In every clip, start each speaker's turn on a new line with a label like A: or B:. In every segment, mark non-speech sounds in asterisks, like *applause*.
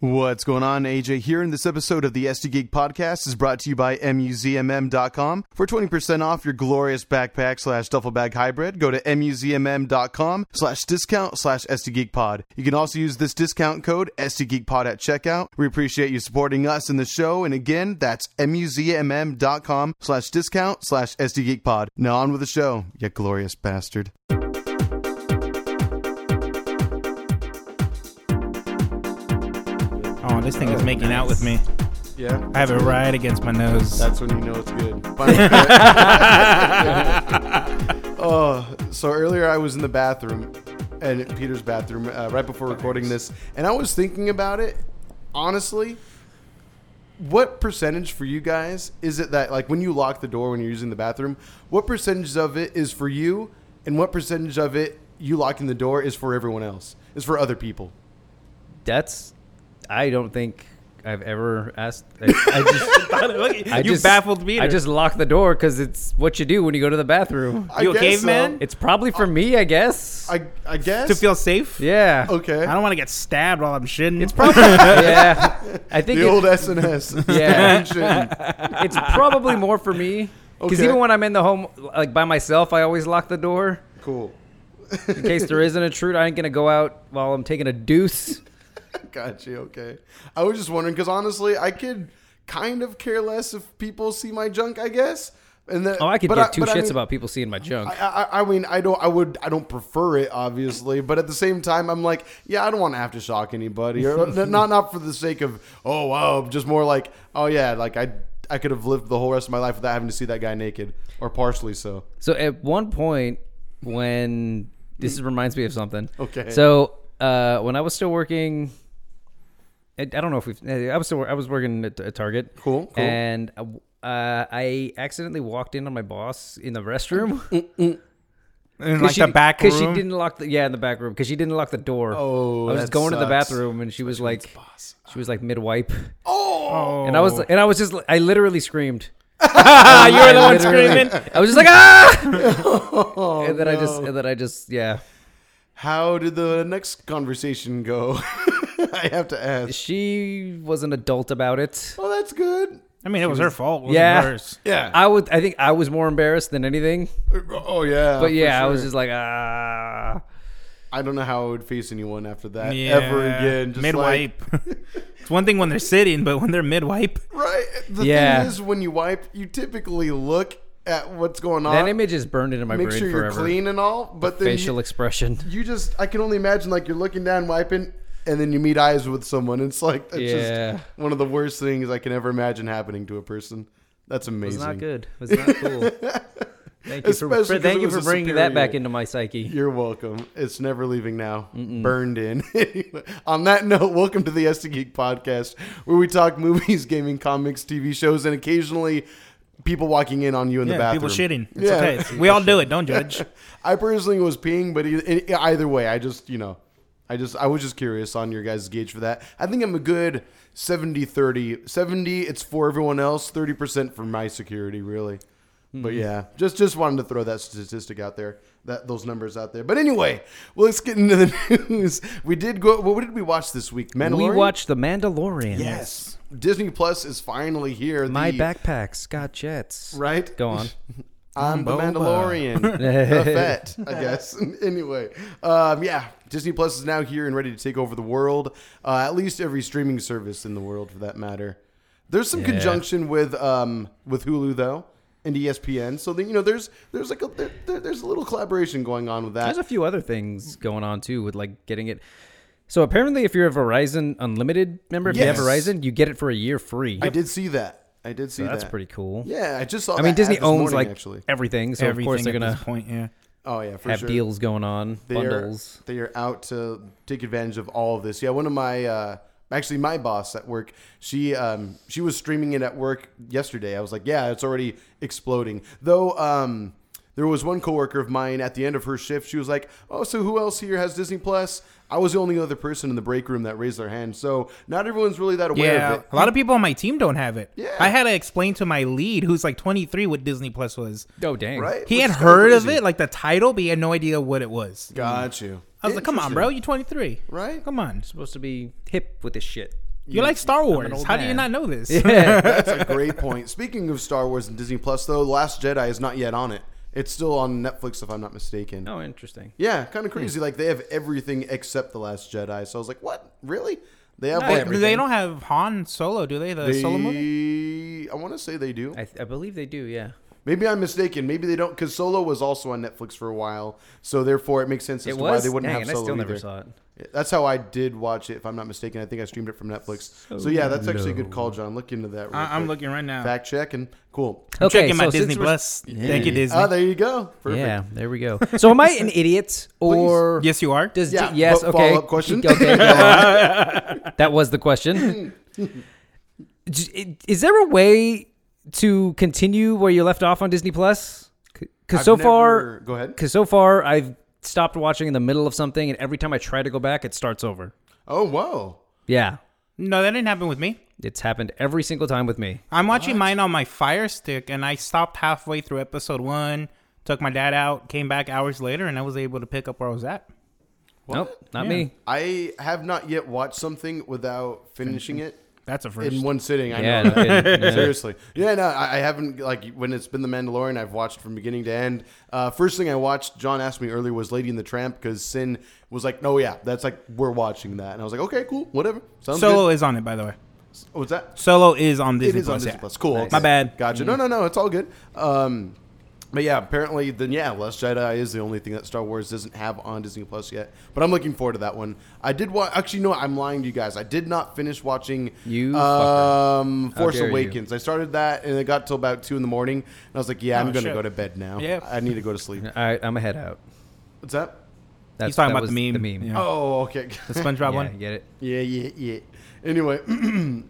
A: What's going on? AJ here, and this episode of the SD Geek Podcast is brought to you by MUZMM.com. For 20% off your glorious backpack slash duffel bag hybrid, go to MUZMM.com slash discount slash SD Geek Pod. You can also use this discount code SD Geek Pod at checkout. We appreciate you supporting us and the show, and again, that's MUZMM.com slash discount slash SD Geek Pod. Now on with the show, you glorious bastard.
B: Oh, this thing is making out with me.
A: Yeah,
B: I have it right against my nose. *laughs*
A: That's when you know it's good. *laughs* oh, so earlier I was in the bathroom, and Peter's bathroom, uh, right before recording this, and I was thinking about it. Honestly, what percentage for you guys is it that, like, when you lock the door when you're using the bathroom, what percentage of it is for you, and what percentage of it you locking the door is for everyone else, is for other people?
C: That's. I don't think I've ever asked.
B: *laughs*
C: I,
B: I
C: I
B: just,
C: just, I
B: you
C: just-
B: baffled me.
C: I just lock the door because it's what you do when you go to the bathroom.
A: I
B: You a
A: guess
B: caveman?
C: It's probably for me, I guess.
A: so. I, I guess.
B: to feel safe.
C: yeah.
A: okay.
B: I don't want to get stabbed while I'm shitting.
C: It's probably *laughs* yeah. I think
A: the
C: it-
A: old
B: *laughs*
A: SNS. *laughs*
C: Yeah.
A: Shit.
C: it's probably more for me because
A: Okay.
C: even when I'm in the home, like by myself, I always lock the door
A: cool. *laughs*
C: in case there isn't a intruder. I ain't gonna go out while I'm taking a deuce.
A: Got you. Okay. I was just wondering because honestly, I could kind of care less if people see my junk. I guess. And that,
C: Oh, I could
A: but
C: give two
A: but
C: shits
A: mean-
C: about people seeing my junk.
A: I, I, I mean, I don't. I would. I don't prefer it, obviously. But at the same time, I'm like, yeah, I don't want to have to shock anybody, or n- not not for the sake of oh wow, just more like oh yeah, like I I could have lived the whole rest of my life without having to see that guy naked or partially so.
C: So at one point, when this reminds me of something.
A: Okay.
C: So uh, when I was still working, I, I don't know if we've. I was still wor- I was working at, at Target.
A: Cool, cool.
C: And uh, I accidentally walked in on my boss in
A: *laughs*
C: the restroom.
B: in like the back room.
C: because she didn't lock the yeah in the back room because she didn't lock the door.
A: Oh,
C: I was
A: that
C: just going to the
A: sucks.
C: bathroom and she was like, she was like mid wipe,
A: Oh,
C: and I was
B: *laughs*
C: and I was just I
A: *laughs*
C: literally screamed. *laughs*
B: Ah, you were the
C: I
B: one
C: literally-
B: screaming.
C: I was just like
A: *laughs*
C: ah,
A: Oh,
C: and then I just and then I just yeah.
A: how did the next conversation go? *laughs* I have to ask.
C: She was an adult about it.
A: Oh, that's good.
B: I mean, it was her fault. It wasn't
C: Yeah.
B: hers.
A: Yeah.
C: I would. I think I was more embarrassed than anything.
A: Oh yeah,
C: But yeah,
A: for
C: I was
A: sure.
C: just like ah.
A: I don't know how I would face anyone after that
B: Yeah.
A: ever again. Just like-
B: Mid-wipe. *laughs* it's one thing when they're sitting, but when they're mid-wipe,
A: right? The
C: Yeah.
A: thing is, when you wipe, you typically look at what's going on.
C: That image is burned into my
A: Uh, make
C: brain
A: sure you're
C: forever.
A: clean and all, but then
C: Facial
A: you,
C: expression.
A: *laughs* you just, I can only imagine like you're looking down wiping, and then you meet eyes with someone. It's like it's
C: Yeah.
A: just one of the worst things I can ever imagine happening to a person. That's amazing.
C: It's not good. It's
A: *laughs*
C: not cool. Thank you
A: Especially
C: for,
A: 'cause
C: thank
A: it
C: you
A: was
C: for
A: a
C: bringing that back
A: superior.
C: into my psyche.
A: You're welcome. It's never leaving now. Burned in. *laughs* Anyway, On that note, welcome to the SD Geek Podcast, where we talk movies, gaming, comics, TV shows, and occasionally people walking in on you in *laughs* the
B: yeah,
A: bathroom.
B: people shitting. It's
A: Yeah.
B: okay. It's- we all do it. Don't
A: *laughs*
C: *laughs*
B: judge.
A: I personally was peeing, but e- e- either way, I just you know, I just I was just curious on your guys' gauge for that. I think I'm a good 70 30 70 It's for everyone else, thirty percent for my security, really. But
C: Hmm.
A: yeah, just just wanted to throw that statistic out there, that those numbers out there. But anyway, well, let's get into the *laughs* news. We did go. What did we watch this week?
C: We
A: Mandalorian.
C: watched The Mandalorian.
A: Yes, Disney Plus is finally here.
C: My
A: The-
C: backpack, Scott Jets.
A: Right.
C: Go on.
A: I'm the
B: Boba.
C: *laughs*
A: Mandalorian. the vet, I guess. *laughs* anyway, um, yeah, Disney Plus is now here and ready to take over the world. Uh, at least every streaming service in the world, for that matter. There's some conjunction with um, with Hulu though, and E ESPN. So that you know, there's there's like a there, there- there's a little collaboration going on with that.
C: There's a few other things going on too with like getting it. So apparently, if you're a Verizon Unlimited member, if
A: Yes.
C: you have Verizon, you get it for a year free.
A: I did see that. I did see
C: So that's
A: that.
C: pretty cool.
A: Yeah, I just saw.
C: I mean,
A: that ad
C: Disney
A: this
C: owns
A: morning,
C: like
A: actually.
C: everything, so
B: Everything
C: of course they're
B: at
C: gonna
B: this point, yeah.
A: Oh yeah, for
C: have
A: sure.
C: deals going on,
A: they
C: bundles.
A: Are, they are out to take advantage of all of this. Yeah, one of my uh, actually my boss at work, she um, she was streaming it at work yesterday. I was like, yeah, it's already exploding. Though um, there was one coworker of mine at the end of her shift, she was like, oh, so who else here has Disney Plus? I was the only other person in the break room that raised their hand, so not everyone's really that aware
B: Yeah,
A: of it.
B: a lot of people on my team don't have it.
A: Yeah.
B: I had to explain to my lead, who's like 23, what Disney Plus was.
C: Oh dang!
A: Right?
B: He
A: Which
B: had
A: is kinda
B: heard of
A: crazy.
B: it, like the title, but he had no idea what it was.
A: Got you.
B: I was like, "Come on,
A: Interesting.
B: bro, you're 23,
A: Right?
B: Come on."
C: Supposed to be hip with this shit.
B: You like Star
C: an
B: Wars.
C: old
B: How do you
C: man.
B: not know this?
C: Yeah.
A: That's a great point. Speaking of Star Wars and Disney Plus, though, Last Jedi is not yet on it. It's still on Netflix, if I'm not mistaken.
C: oh, interesting.
A: Yeah, kind of crazy. Like they have everything except the Last Jedi. So I was like, what? Really? They have
B: They-
A: like
B: they don't have Han Solo, do they? The
A: they,
B: Solo movie?
A: I want to say they do.
C: I, th- I believe they do. Yeah.
A: Maybe I'm mistaken. Maybe they don't because Solo was also on Netflix for a while. So therefore, it makes sense as
C: it
A: to why
C: was.
A: they wouldn't
C: Dang,
A: have
C: and I
A: Solo
C: still
A: either.
C: never saw it.
A: That's how I did watch it, if I'm not mistaken. I think I streamed it from Netflix. So, yeah, that's actually a good call, John. Look into that. Real
B: I- I'm
A: quick.
B: looking right now.
A: Fact check and cool.
B: I'm
C: Okay,
B: checking my
C: so since
B: Disney
C: we're-
B: Plus. Thank you, Disney.
A: Ah, there you go. Perfect.
C: Yeah, there we go. So am I an
A: *laughs*
C: idiot or
B: yes, you are.
C: does
A: Yeah,
C: yes?
A: but
C: Okay.
A: follow-up question?
C: Okay, go
B: *laughs*
C: on. that was
A: *laughs*
C: the question. J- Is there a way to continue where you left off on Disney Plus? Because
A: I've
C: so
A: never-
C: far,
A: go ahead.
C: because so far I've stopped watching in the middle of something, and every time I try to go back, it starts over.
A: Oh, whoa.
C: Yeah,
B: No, that didn't happen with me.
C: it's happened every single time with me.
B: I'm watching mine on my Fire Stick, and I stopped halfway through episode one. Took my dad out, came back hours later, and I was able to pick up where I was at.
C: Nope, not
B: Yeah.
C: me.
A: I have not yet watched something without finishing it
B: That's a first.
A: in one sitting. I
C: Yeah,
A: know.
C: no
A: *laughs*
C: kidding.
A: that. Seriously. Yeah, no, I I haven't, like, when it's been The Mandalorian, I've watched from beginning to end. Uh, first thing I watched, John asked me earlier, was Lady and the Tramp because Sin was like, no, yeah, that's like, we're watching that. And I was like, okay, cool, whatever. Sounds
B: Solo
A: good.
B: is on it, by the way.
A: What's that?
B: Solo is on
A: It
B: Disney
A: is on
B: Plus.
A: Disney
B: yeah.
A: Plus. Cool.
B: My bad.
A: Gotcha. No, no, no. It's all good. Um, but yeah, apparently, then yeah, Last Jedi is the only thing that Star Wars doesn't have on Disney Plus yet. But I'm looking forward to that one. I did watch. Actually, no, I'm lying to you guys. I did not finish watching
C: You fucker.
A: um,
C: How
A: Force
C: dare you.
A: Awakens. I started that and it got till about two in the morning, and I was like, yeah, I'm gonna
B: shit.
A: go to bed now.
B: Yeah.
A: I need to go to sleep.
C: *laughs* All right, I'm a head out.
A: What's that?
C: That's,
B: He's talking
C: that
B: about
C: was
B: the meme.
C: The meme.
B: Yeah.
A: Oh, okay.
B: The SpongeBob
C: yeah,
B: one.
C: get it.
A: Yeah, yeah, yeah. Anyway, *clears throat*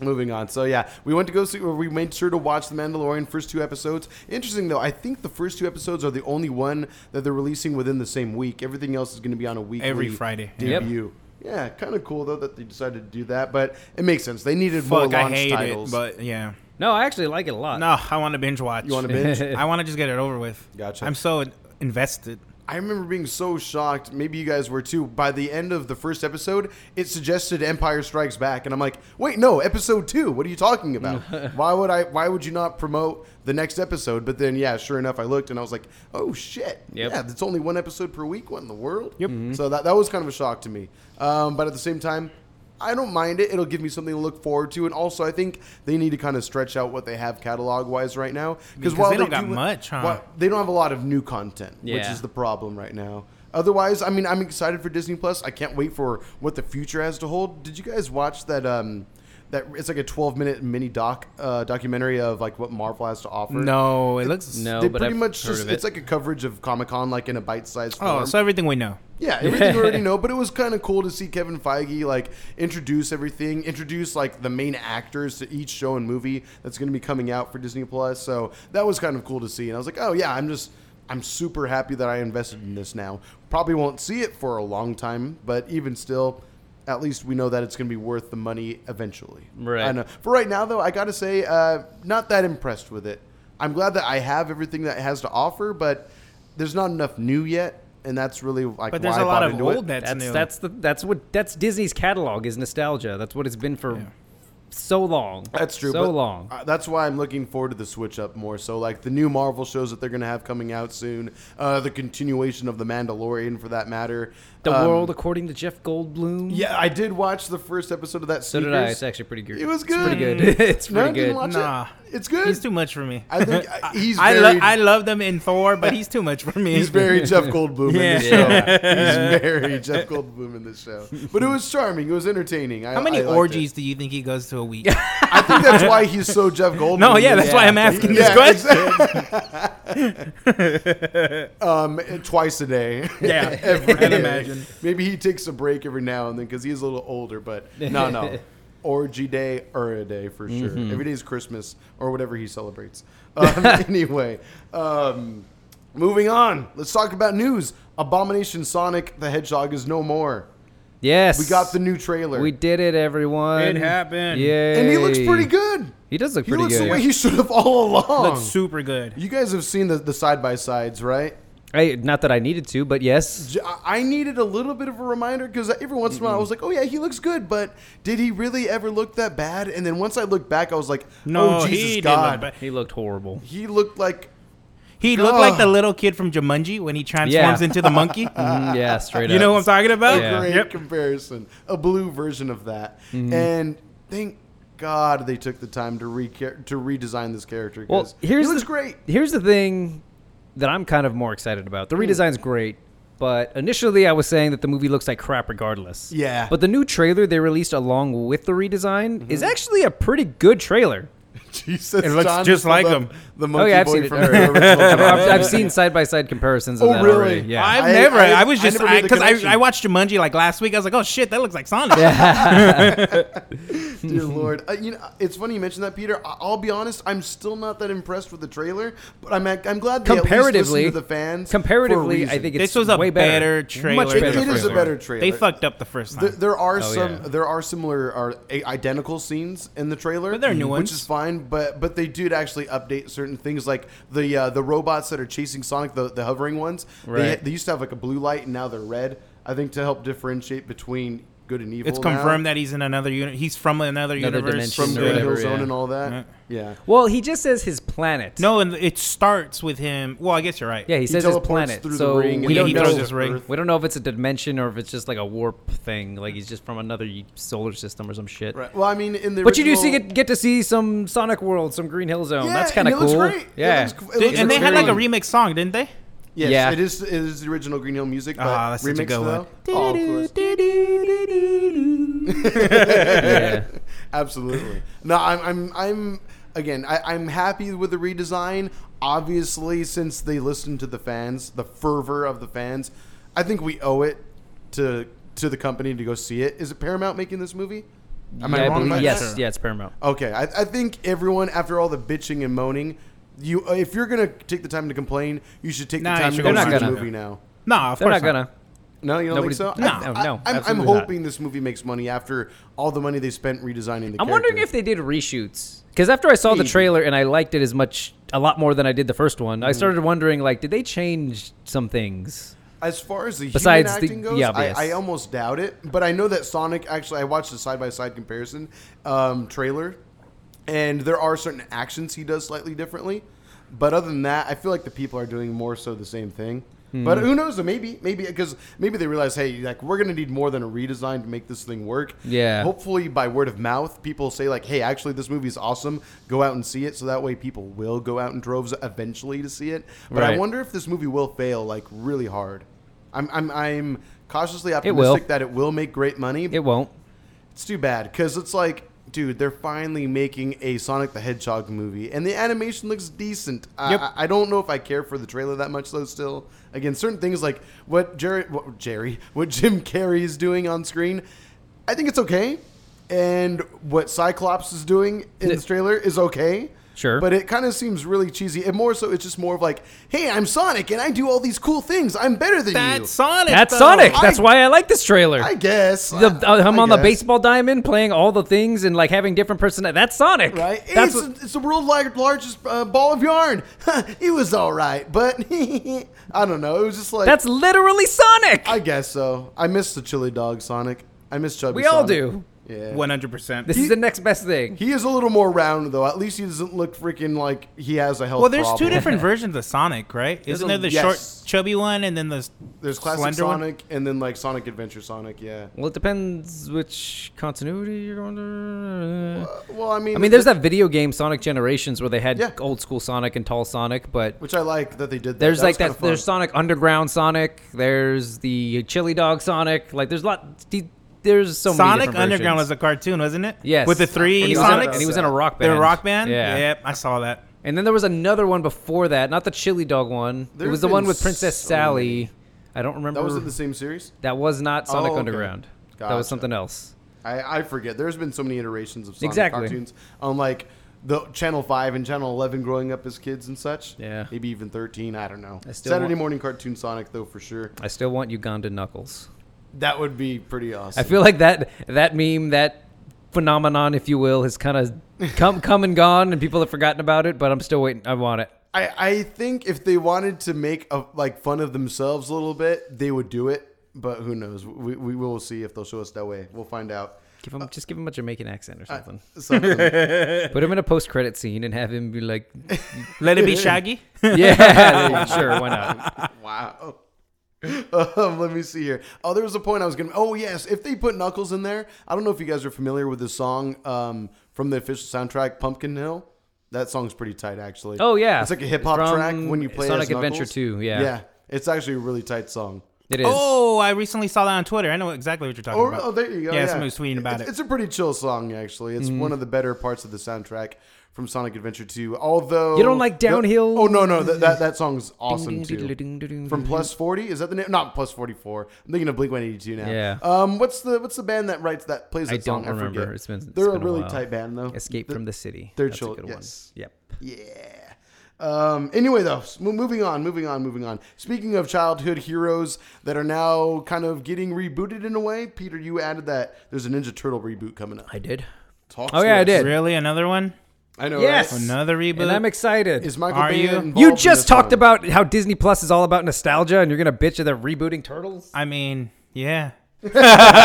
A: moving on. So yeah, we went to go see. Or we made sure to watch the Mandalorian first two episodes. Interesting though, I think the first two episodes are the only one that they're releasing within the same week. Everything else is going to be on a weekly
B: Every Friday, yeah.
C: Yep.
A: debut. Yeah, kind of cool though that they decided to do that, but it makes sense. They needed more
B: Fuck,
A: launch
B: I hate
A: titles. Uh,
B: it, but yeah.
C: No, I actually like it a lot.
B: No, I want to binge watch.
A: you want to binge?
B: *laughs* I want to just get it over with.
A: Gotcha.
B: I'm so in- invested.
A: I remember being so shocked. Maybe you guys were too. By the end of the first episode, it suggested Empire Strikes Back, and I'm like, wait, no, episode two. What are you talking
B: *laughs*
A: about? why would I? Why would you not promote the next episode? But then, yeah, sure enough, I looked and I was like, oh shit,
C: Yep.
A: yeah, that's only one episode per week. What in the world? Yep.
B: Mm-hmm.
A: So that that was kind of a shock to me. Um, but at the same time. I don't mind it. It'll give me something to look forward to, and also I think they need to kind of stretch out what they have catalog wise right now
B: Because they don't got much, huh?
A: while- they don't have a lot of new content, which
C: Yeah.
A: is the problem right now. Otherwise, I mean, I'm excited for Disney Plus. I can't wait for what the future has to hold. Did you guys watch that? Um, that it's like a 12 minute mini doc uh, documentary of like what Marvel has to offer.
B: No, it looks
C: No,
A: they
C: but
A: pretty
C: I've
A: much
C: heard
A: just
C: of it.
A: it's like a coverage of Comic Con, like in a bite sized form.
B: Oh, so everything we know.
A: Yeah, everything we already know, but it was kind of cool to see Kevin Feige like introduce everything, introduce like the main actors to each show and movie that's going to be coming out for Disney Plus. So that was kind of cool to see, and I was like, oh yeah, I'm just I'm super happy that I invested in this now. Probably won't see it for a long time, but even still. At least we know that it's going to be worth the money eventually.
C: Right.
A: I know. For right now, though, I got to say, uh, not that impressed with it. I'm glad that I have everything that it has to offer, but there's not enough new yet, and that's really like
B: But there's
A: why I
B: a lot
A: bought
B: of
A: into
B: old
A: It.
B: that's,
C: that's
B: new.
C: that's the that's what that's Disney's catalog is nostalgia. That's what it's been for so long.
A: That's true.
C: So
A: but,
C: long.
A: uh, that's why I'm looking forward to the switch up more. So like the new Marvel shows that they're going to have coming out soon, uh, the continuation of the Mandalorian for that matter.
C: the
A: Um,
C: world according to Jeff Goldblum.
A: Yeah, I did watch the first episode of that.
C: So did I.
A: Sneakers.
C: It's actually pretty good.
A: It was
C: It's pretty
A: good.
C: good. *laughs* it's
A: no,
C: pretty
A: you
C: good.
A: Didn't watch
B: Nah.
A: it? it's good.
B: he's too much for me.
A: I
B: *laughs*
A: think uh, he's.
B: I,
A: very,
B: lo- I love them in Thor, but he's too much for me.
A: He's
C: *laughs*
A: very Jeff Goldblum in this show.
C: Yeah.
A: He's very Jeff Goldblum in this show. But it was charming. It was entertaining. I,
B: *laughs* How
A: I
B: many
A: liked it.
B: orgies do you think he goes to
A: *laughs*
B: a week?
A: I
B: *laughs*
A: think that's why he's so Jeff Goldblum.
B: no, yeah, that's why I'm asking this
A: Yeah,
B: question.
A: *laughs* Um, twice a day.
B: Yeah,
A: *laughs* every
B: I can
A: day.
B: imagine.
A: Maybe he takes a break every now and then because he's a little older. But no,
B: *laughs*
A: no, orgy day or a day for sure.
B: Mm-hmm.
A: Every day is Christmas or whatever he celebrates. *laughs*
B: *laughs*
A: Um, anyway, um, moving on. Let's talk about news. Abomination Sonic the Hedgehog is no more.
C: Yes.
A: We got the new trailer.
C: We did it, everyone.
B: It happened.
C: Yay.
A: and he looks pretty good.
C: He does look
A: He
C: pretty
A: looks
C: good.
A: the way he should have all along.
B: Looks super good.
A: You guys have seen the, the side by sides, right?
C: I, not that I needed to, but yes.
A: J- I needed a little bit of a reminder because every once in a while I was like, "Oh yeah, he looks good," but did he really ever look that bad? And then once I looked back, I was like,
B: No,
A: "Oh
B: he
A: Jesus
B: didn't
A: God,
B: look ba-
C: He
A: *laughs*
C: looked horrible.
A: he looked like
B: He looked like the
A: Ugh.
B: little kid from Jumanji when he transforms
C: Yeah.
B: into
A: *laughs*
B: the monkey.
C: Mm, yeah, straight
B: You
C: up.
B: know what I'm talking
A: a
B: about?
C: Yeah. Mm-hmm.
A: great
B: Yep.
A: comparison, a blue version of that." And thank God they took the time to re to redesign this character. 'cause
C: here's
A: he looks
C: the-
A: great. *laughs*
C: Here's the thing that I'm kind of more excited about.
A: Hmm.
C: The redesign's great, but initially I was saying that the movie looks like crap regardless.
A: Yeah. Mm-hmm.
C: But the new trailer they released along with the redesign is actually a pretty good trailer.
A: *laughs* Jesus,
B: It looks
A: John
B: just
A: pulled
B: like
A: up
B: him.
A: The monkey
C: oh yeah, I've
A: boy
C: seen it.
A: from
C: All
A: the
C: right. *laughs* I've,
A: original.
C: I've seen side by side comparisons. Of
A: Oh,
C: that
A: really?
C: Already. Yeah.
B: I've
A: I-
B: never.
A: I-
B: I, was
A: I
B: just
A: never made the
B: because I,
A: connection.
B: I, watched Jumanji like last week. I was like, oh shit, that looks like Sonic.
C: *laughs*
A: Dear Lord, uh, you know it's funny you mentioned that, Peter. I- I'll be honest, I'm still not that impressed with the trailer, but I'm I'm glad they
C: Comparatively,
A: at least listened to the fans.
C: *laughs* comparatively, I think it's
B: This was a
C: way better,
B: better trailer
C: Much
B: than
C: better
A: it is a
C: trailer.
A: better trailer.
B: They fucked up the first time.
A: There, there are some
C: yeah.
A: there are similar or a- identical scenes in the trailer,
B: But they're
C: Mm-hmm.
B: new
A: which
B: ones.
A: is fine. But but they did actually update certain things, like the uh, the robots that are chasing Sonic, the, the hovering ones.
C: Right.
A: They, they used to have like a blue light, and now they're red. I think to help differentiate between good and evil.
B: it's confirmed that he's in another unit. He's from another,
C: Another
B: universe.
C: dimension
A: from
C: or
A: Green Hill
C: whatever,
A: Zone
C: yeah.
A: and all that. Yeah.
C: Well, he just says his planet.
B: No, and it starts with him. Well, I guess you're right.
C: Yeah, he, says his
A: teleports
C: planet.
A: through the
C: So
A: ring
C: we
A: and
B: Yeah,
C: don't
B: he
A: then
B: throws
A: goes
C: know.
B: his
A: to
B: ring.
A: Earth.
C: We don't know if it's a dimension or if it's just like a warp thing. Like he's just from another y- solar system or some shit.
A: Right. Well, I mean, in the
C: But you do see
A: original-
C: get, get to see some Sonic World, some Green Hill Zone.
A: Yeah,
C: That's kind of
A: and it
C: cool.
A: Looks great.
C: Yeah.
A: It looks, it
B: Dude,
A: looks
B: and they had
A: very-
B: like a remix song, didn't they?
A: Yes,
C: Yeah.
A: it is. It is the original Green Hill music. But
B: Ah, that's such a
A: remixed,
B: good one.
A: though. Oh, of *laughs* course.
C: yeah.
A: Absolutely. No, I'm, I'm, I'm again, I, I'm happy with the redesign. Obviously, since they listened to the fans, the fervor of the fans, I think we owe it to to the company to go see it. Is it Paramount making this movie? Am
C: Yeah,
A: I
C: I
A: wrong
C: believe-
A: about
C: yes,
A: that?
C: yeah, it's Paramount.
A: Okay, I, I think everyone, after all the bitching and moaning, you if you're gonna take the time to complain, you should take the
B: Nah, you
A: time to
B: should
A: go
C: go
A: see
C: see
A: the
C: it.
A: movie now.
B: No, of
C: They're
B: course
C: not gonna.
A: No, you don't
C: Nobody-
A: think so?
C: No,
A: I,
C: no,
A: I-
C: no,
A: I'm, I'm
C: absolutely not.
A: hoping this movie makes money after all the money they spent redesigning the.
C: I'm wondering
A: character.
C: if they did reshoots because after I saw the
A: Maybe.
C: trailer and I liked it as much, a lot more than I did the first one. I started wondering like, did they change some things?
A: As far as the
C: Besides
A: human
C: the-
A: acting goes,
C: the obvious.
A: I, I almost doubt it. But I know that Sonic actually. I watched the side by side comparison um, trailer, and there are certain actions he does slightly differently. But other than that, I feel like the people are doing more so the same thing.
C: Hmm.
A: But who knows? Maybe, maybe because maybe they realize, hey, like we're gonna need more than a redesign to make this thing work.
C: Yeah.
A: Hopefully, by word of mouth, people say like, hey, actually, this movie's awesome. Go out and see it. So that way, people will go out in droves eventually to see it. But I
C: Right.
A: wonder if this movie will fail like really hard. I'm I'm I'm cautiously
C: will.
A: optimistic that it will make great money.
C: It won't.
A: it's too bad because it's like, dude, they're finally making a Sonic the Hedgehog movie, and the animation looks decent. I-
B: Yep.
A: I, I don't know if I care for the trailer that much though. Still, again, certain things like what Jerry, what Jerry, what Jim Carrey is doing on screen, I think it's okay, and what Cyclops is doing in
C: Th-
A: this trailer is okay.
C: Sure.
A: But it kind of seems really cheesy. And more so, it's just more of like, hey, I'm Sonic and I do all these cool things. I'm better than you.
B: That's Sonic.
C: That's
B: though.
C: Sonic.
A: I-
C: That's why I like this trailer.
A: I guess.
C: the,
A: I-
C: him
A: I
C: on the
A: guess.
C: baseball diamond playing all the things and like having different personalities. That's Sonic.
A: Right?
C: That's
A: it's,
C: what,
A: it's the world's lar- largest uh, ball of yarn. *laughs* it was all right, but *laughs* I don't know. It was just like.
C: that's literally Sonic.
A: I guess so. I miss the chili dog Sonic. I miss Chubby
C: we
A: Sonic.
C: all do.
A: Yeah.
B: One hundred percent.
C: This is the next best thing.
A: he is a little more round, though. At least he doesn't look freaking like he has a health
B: Well, there's two
A: problem.
C: *laughs*
B: different versions of Sonic, right? Isn't
A: a-
B: there the
A: yes.
B: short, chubby one, and then the s-
A: *laughs* There's classic
B: slender one?
A: Sonic and then like Sonic Adventure Sonic, yeah.
C: Well, it depends which continuity you're going to.
A: Well, I mean.
C: I mean, there's that video game Sonic Generations where they had
A: Yeah.
C: old school Sonic and tall Sonic, but
A: Which I like that they did that.
C: there's
A: That was
C: like
A: kinda
C: that. There's
A: fun.
C: Sonic Underground Sonic. There's the chili dog Sonic. Like there's a lot. the- There's so many
B: Sonic
C: different
B: Underground was
C: versions.
B: a cartoon, wasn't it?
C: Yes.
B: With the three
C: And he was in a-
B: Sonics.
C: and he was in a rock band.
B: The rock band.
C: Yeah.
B: Yep, I saw that.
C: And then there was another one before that, not the chili dog one.
A: There's
C: it was the
A: been
C: one with Princess
A: so
C: Sally.
A: many.
C: I don't remember.
A: That was in the same series?
C: That was not Sonic
A: Oh, okay.
C: Underground. That
A: Gotcha.
C: was something else.
A: I, I forget. There's been so many iterations of Sonic
C: Exactly.
A: cartoons on like the Channel Five and Channel Eleven growing up as kids and such.
C: Yeah.
A: maybe even thirteen. I don't know.
C: I still
A: Saturday
C: want-
A: morning cartoon Sonic though for sure.
C: I still want Uganda Knuckles.
A: That would be pretty awesome.
C: I feel like that that meme, that *laughs* phenomenon, if you will, has kind of come come and gone, and people have forgotten about it. But I'm still waiting. I want it.
A: I, I think if they wanted to make a, like fun of themselves a little bit, they would do it. But who knows? We, we will see if they'll show us that way. We'll find out.
C: Give him just give him a Jamaican accent or something.
A: Something.
C: Put him in a post credit scene and have him be like, *laughs*
B: Let it be Shaggy.
C: yeah, sure, why not?
A: wow. Um, let me see here. Oh, there was a point I was gonna. Oh yes, if they put Knuckles in there, I don't know if you guys are familiar with the song um, from the official soundtrack, Pumpkin Hill. That song's pretty tight, actually.
C: Oh yeah,
A: it's like a hip hop
C: From
A: track when you play
C: Sonic
A: as
C: Adventure
A: Knuckles.
C: Two. Yeah,
A: yeah, it's actually a really tight song.
C: it is.
B: Oh, I recently saw that on Twitter. I know exactly what you're talking
A: Oh,
B: about.
A: oh, there you go.
B: Yeah, someone was tweeting about
A: It's-
B: it.
A: It's a pretty chill song, actually. It's
C: Mm-hmm.
A: one of the better parts of the soundtrack from Sonic Adventure 2. Although
C: You don't like Downhill?
A: oh no, no, that that, that song's awesome
C: Ding,
A: too.
C: ding, ding, ding, ding, ding,
A: From
C: ding.
A: Plus 40, is that the name? Not Plus 44. I'm thinking of Blink 182 now.
C: Yeah.
A: Um, what's the what's the band that writes that plays that
C: I
A: song?
C: don't remember.
A: forget.
C: It's been- it's
A: They're a
C: been a
A: really
C: while.
A: tight band though.
C: Escape
A: Th-
C: from the City.
A: they're
C: That's
A: chill-
C: a good
A: yes.
C: one. Yep.
A: Yeah. Um, anyway, though, s- mo- moving on, moving on, moving on. Speaking of childhood heroes that are now kind of getting rebooted in a way, Peter, you added that there's a Ninja Turtle reboot coming up.
C: I did.
A: Talk
C: Oh,
A: to
C: yeah, I
A: us.
C: did.
B: Really, another one?
A: I know.
C: Yes.
A: right?
B: Another reboot?
C: And I'm excited.
A: Is Michael
B: Are
A: Bay
B: you?
A: involved
C: you
A: in
C: just
A: this
C: talked
A: one?
C: about how Disney Plus is all about nostalgia, and you're gonna bitch at the rebooting Turtles.
B: I mean, yeah.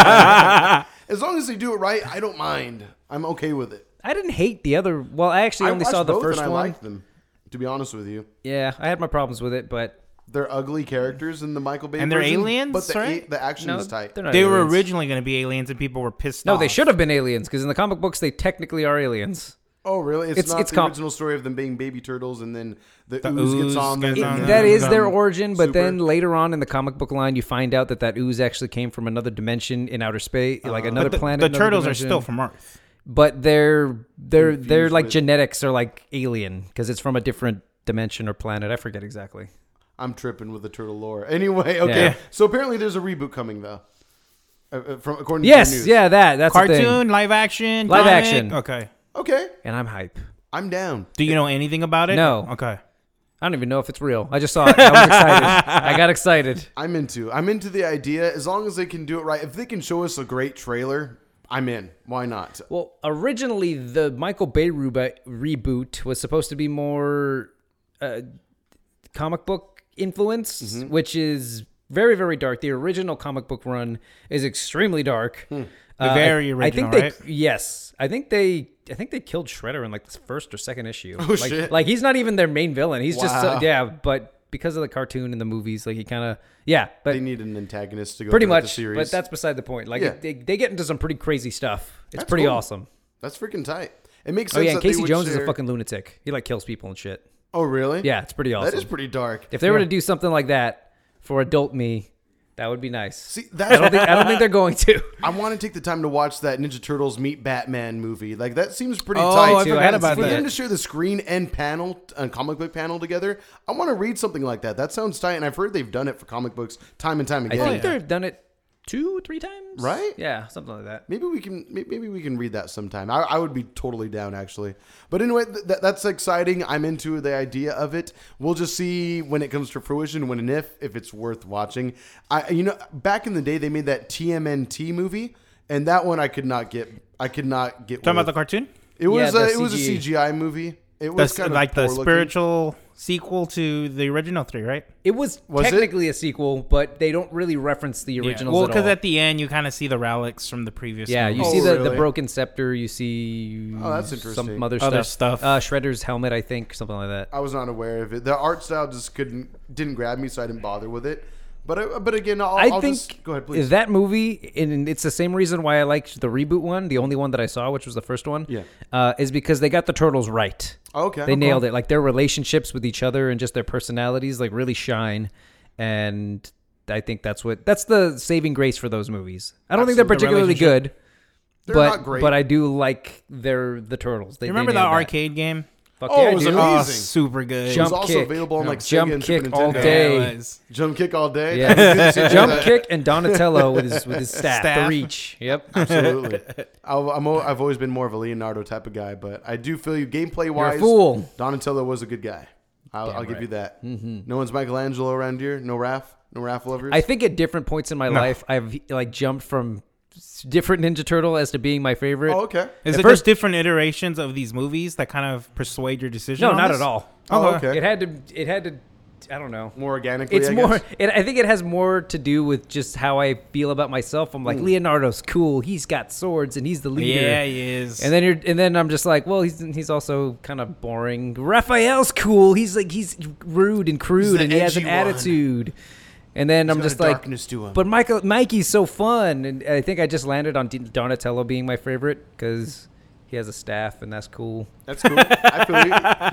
A: As long as they do it right, I don't mind. I'm okay with it.
C: I didn't hate the other. Well, I actually
A: I
C: only
A: watched
C: saw the
A: both
C: first
A: and I
C: one.
A: liked them. To be honest with you,
C: Yeah, I had my problems with it, but
A: they're ugly characters in the Michael Bay.
B: And they're
A: version,
B: aliens,
A: but the,
B: right?
A: the action
C: no,
A: is tight.
C: they're not
B: They were
C: aliens.
B: originally going to be aliens and people were pissed
C: No,
B: off.
C: they should have been aliens because in the comic books they technically are aliens.
A: Oh, really? It's,
C: It's-
A: not
C: it's
A: the
C: com-
A: original story of them being baby turtles and then the,
B: The
A: ooze, gets
B: ooze
A: on
B: gets
A: them.
B: on
A: and
B: them.
C: that
A: then
C: is their
A: some-
C: origin, but
A: super-
C: then later on in the comic book line, you find out that that ooze actually came from another dimension in outer space,
A: Uh,
C: like another
B: The,
C: planet.
B: the
C: another
B: turtles are
C: dimension.
B: still from Earth.
C: but their their their
A: Infused
C: like
A: with-
C: genetics are like alien because it's from a different dimension or planet. I forget exactly.
A: I'm tripping with the turtle lore. *laughs* Anyway, okay.
C: Yeah.
A: So apparently there's a reboot coming though. Uh, uh, from according to the
C: Yes,
A: news.
C: yeah, that that's the thing.
B: Cartoon, live action,
C: Live
B: comic?
C: action.
B: Okay.
A: Okay,
C: And I'm hype.
A: I'm down.
B: Do you know anything about it?
C: No.
B: Okay.
C: I don't even know if it's real. I just saw it. I was excited. I got excited.
A: I'm into. I'm into the idea as long as they can do it right. If they can show us a great trailer, I'm in. Why not?
C: Well, originally the Michael Bay reba- reboot was supposed to be more uh, comic book influence,
A: Mm-hmm.
C: which is very very dark. The original comic book run is extremely dark.
A: Hmm.
C: Uh,
B: The very
C: I-
B: original,
C: I think
B: right?
C: they yes. I think they I think they killed Shredder in like the first or second issue.
A: Oh,
C: like,
A: shit.
C: like he's not even their main villain. He's just uh,
A: Wow.
C: yeah, but because of the cartoon and the movies, like he kind of yeah, but
A: They need an antagonist to go
C: pretty
A: throughout the
C: much.
A: series.
C: But that's beside the point. Like
A: Yeah.
C: they, they get into some pretty crazy stuff. It's
A: That's
C: pretty
A: cool.
C: awesome.
A: that's freaking tight. It makes
C: Oh
A: sense.
C: yeah, and
A: that they
C: Casey
A: would
C: Jones is
A: share-
C: a fucking lunatic. He like kills people and shit.
A: Oh really?
C: Yeah, it's pretty awesome.
A: That is pretty dark.
C: if they were to do something like that for adult me, that would be nice.
A: See,
C: I don't
A: that's.
C: think I don't think they're
A: *laughs*
C: going to.
A: I want to take the time to watch that Ninja Turtles meet Batman movie. Like that seems pretty
B: Oh,
A: tight.
B: I
A: too.
B: forgot
A: And
B: about
A: for
B: that.
A: them to share the screen and panel and comic book panel together, I want to read something like that. That sounds tight, and I've heard they've done it for comic books time and time
C: I
A: again.
C: think they've done it two, three times.
A: Right?
C: Yeah, something like that.
A: Maybe we can may- maybe we can read that sometime. I, I would be totally down actually. But anyway, th- th- that's exciting. I'm into the idea of it. We'll just see when it comes to fruition, when and if if it's worth watching. I you know back in the day they made that TMNT movie, and that one I could not get. I could not get.
B: Talking
A: with.
B: about the cartoon?
A: It was
C: Yeah,
A: a,
C: the
A: it was a
C: CG.
A: CGI movie. It was
B: That's
A: kind of
B: like the
A: poor-looking.
B: spiritual sequel to the original three, right?
C: It was,
A: Was it?
C: technically a sequel, but they don't really reference the originals
B: Well,
C: at all.
B: because at the end you kind of see the relics from the previous.
C: yeah,
B: one.
C: you
A: Oh,
C: see the,
A: really?
C: the broken scepter. You see
A: Oh, that's interesting.
C: some other,
B: Other
C: stuff.
B: stuff.
C: Uh, Shredder's helmet, I think, something like that.
A: I was not aware of it. The art style just couldn't didn't grab me, so I didn't bother with it. But I, but again, I'll,
C: I
A: will
C: think
A: just, go ahead, please.
C: that movie, and it's the same reason why I liked the reboot one, the only one that I saw, which was the first one.
A: Yeah.
C: uh, is because they got the turtles right.
A: okay,
C: they nailed it. Like their relationships with each other and just their personalities, like really shine. And I think that's what that's the saving grace for those movies. I don't think they're
B: Absolutely. The
C: particularly good,
A: They're
C: but
A: not great.
C: but I do like their the turtles. They
B: You remember
C: they
B: that
C: nailed
B: arcade game?
C: Fuck
A: Oh,
C: yeah,
A: it was
C: I do.
A: amazing.
B: Oh, super good.
A: it was
C: Jump
A: also
C: kick.
A: available on
C: No,
A: like Sega
C: jump
A: and Super
C: kick
A: Nintendo.
C: all
B: Yeah, it
C: day.
B: was.
A: Jump kick all day. *laughs*
C: Yeah.
A: I did see
C: Jump
A: that.
C: kick and Donatello with his with his staff,
B: Staff.
C: the reach. Yep. *laughs*
A: Absolutely. I, I'm, al- I've always been more of a Leonardo type of guy, but I do feel you gameplay wise.
C: fool. Mm-hmm.
A: Donatello was a good guy. I'll, I'll give you that. No one's Michelangelo around here. No Raph. No Raph lovers.
C: I think at different points in my life, I've like jumped from different Ninja Turtle as to being my favorite.
A: Oh, okay.
B: Is
C: At
B: it
C: first-
B: just different iterations of these movies that kind of persuade your decision?
C: No,
B: on
C: not
B: this?
C: at all.
A: Oh,
B: Okay.
A: okay.
C: It had to. It had to. I don't know.
A: more organically.
C: It's
A: I
C: more.
A: guess.
C: It, I think it has more to do with just how I feel about myself. I'm
A: Hmm.
C: like Leonardo's cool. He's got swords and he's the leader.
B: Yeah, he is.
C: And then you're, and then I'm just like, well, he's he's also kind of boring. Raphael's cool. He's like he's rude and
A: He's
C: crude,
A: the
C: and he has an
A: edgy one.
C: attitude. And then I'm
A: got
C: just
A: a
C: like,
A: darkness to him.
C: but Michael, Mikey's so fun, and I think I just landed on D- Donatello being my favorite because he has a staff, and that's cool.
A: That's cool. I feel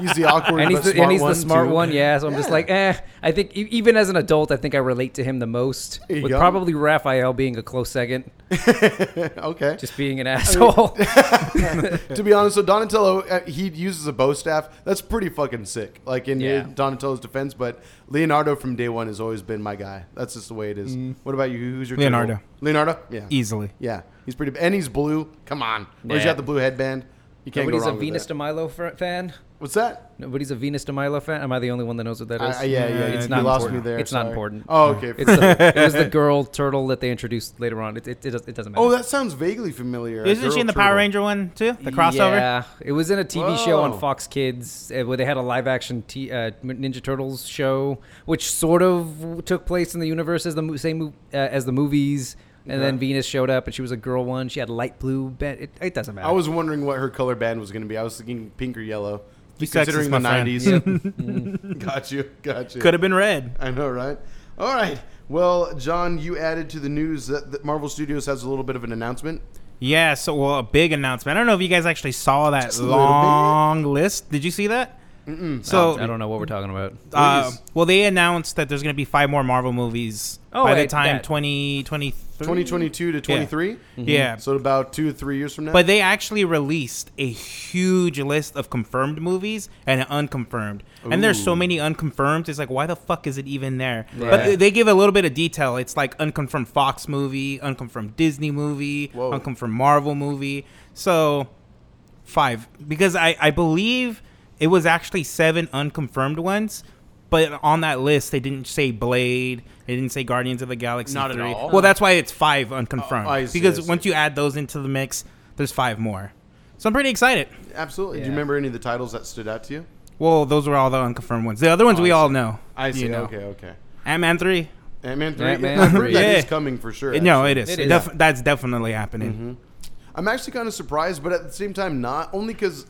A: you. He's
C: *laughs*
A: the awkward
C: And he's
A: but
C: the,
A: smart
C: and he's
A: one
C: the smart
A: too.
C: one, yeah. So I'm just
A: Yeah.
C: like, eh. I think e- even as an adult, I think I relate to him the most,
A: There you
C: with
A: go.
C: probably Raphael being a close second,
A: *laughs* okay.
C: just being
A: *laughs*
C: an asshole.
A: to be honest, so Donatello uh, he uses a bow staff. That's pretty fucking sick. Like in
C: Yeah.
A: uh, Donatello's defense, but Leonardo from day one has always been my guy. That's just the way it is. What about you? Who's your
B: Leonardo.
A: turtle? Leonardo. Yeah.
B: Easily.
A: Yeah. He's pretty, and he's blue. Come on. Or he's
C: Yeah.
A: got the blue headband. You can't
C: Nobody's
A: go
C: a
A: wrong with
C: Venus
A: that.
C: de Milo f- fan.
A: What's that?
C: Nobody's a Venus de Milo fan. Am I the only one that knows what that is?
A: I- I- yeah, yeah.
C: It's
A: you
C: not
A: lost
C: important.
A: me there.
C: It's
A: sorry.
C: not important.
A: Oh, okay.
C: It's the, it
A: *laughs*
C: was the girl turtle that they introduced later on. It, it, it, does- it doesn't matter.
A: oh, that sounds vaguely familiar. A
B: Isn't
A: girl
B: she in the
A: turtle.
B: Power Ranger one too? The crossover.
C: Yeah, it was in a TV show
A: Whoa.
C: on Fox Kids uh, where they had a live action t- uh, Ninja Turtles show, which sort of w- took place in the universe as the mo- same mo- uh, as the movies. And then Venus showed up, and she was a girl one. She had light blue. Band. It, it doesn't matter.
A: I was wondering what her color band was going to be. I was thinking pink or yellow.
B: You
A: considering
B: sexist,
A: the
B: my friend.
A: '90s. *laughs* got you. Got you.
B: Could have been red.
A: I know, right? All right. Well, John, you added to the news that, that Marvel Studios has a little bit of an announcement.
B: Yeah, so well, a big announcement. I don't know if you guys actually saw that
A: Just a little bit.
B: long list. Did you see that? Mm-mm. So,
C: I don't know what we're talking about.
B: uh,
A: Please.
B: well, they announced that there's going to be five more Marvel movies
C: Oh,
B: by the
C: I-
B: time
C: that-
B: 2023.
A: 2022 to 23.
B: Yeah.
A: So about two or three years from now.
B: But they actually released a huge list of confirmed movies and an unconfirmed. And there's so many unconfirmed. It's like, why the fuck is it even there? But
C: Right.
B: they- they give a little bit of detail. It's like unconfirmed Fox movie, unconfirmed Disney movie,
A: Whoa.
B: unconfirmed Marvel movie. So five because I, I believe it was actually seven unconfirmed ones. But on that list, they didn't say Blade. They didn't say Guardians of the Galaxy.
A: Not at
B: 3.
A: all.
B: Well, that's why it's five unconfirmed.
A: Oh, I see,
B: because
A: I see.
B: once you add those into the mix, there's five more. So I'm pretty excited.
A: Absolutely. Do you
C: Yeah.
A: remember any of the titles that stood out to you?
B: Well, those were all the unconfirmed ones. The other ones we all know.
A: I see.
B: You know.
A: Okay, okay.
B: Ant Man three.
A: Ant-Man 3? *laughs*
C: Ant-Man
A: That
C: 3.
A: is Mm-hmm.
B: Yeah.
A: coming for sure.
B: no,
A: actually.
B: it is.
C: It
B: It
C: is.
B: def- That's definitely happening.
A: I'm actually kind of surprised, but at the same time, not only because,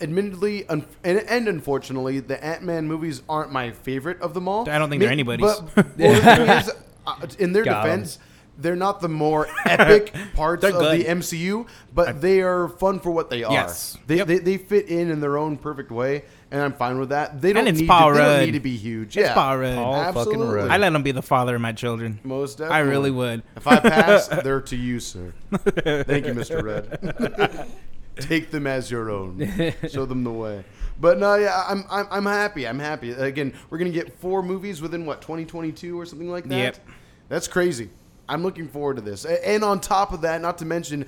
A: admittedly, un- and, and unfortunately, the Ant Man movies aren't my favorite of them all.
B: I don't think they're anybody's. *laughs*
A: But well, the thing is, uh, in their
C: Got 'em.
A: defense, they're not the more epic parts
B: *laughs* They're
A: of the
B: good.
A: MCU, but they are fun for what they are.
B: Yes.
A: They,
B: Yep.
A: they, they fit in in their own perfect way, and I'm fine with that. They don't,
B: it's
A: need,
B: Paul
A: to, they don't
B: Rudd.
A: need to be huge.
B: It's
A: yeah,
B: Paul Rudd.
C: Paul fucking
A: Absolutely.
C: Rudd.
B: I let him be the father of my children.
A: Most
B: I
A: definitely.
B: really would.
A: If I
B: *laughs*
A: pass, they're to you, sir. Thank you, Mr.
B: *laughs*
A: Red. Take them as your own. Show them the way. But no, yeah, I'm, I'm, I'm happy. I'm happy. Again, we're gonna get four movies within what 2022 or something like that.
B: Yep.
A: That's crazy. I'm looking forward to this. A- And on top of that, not to mention,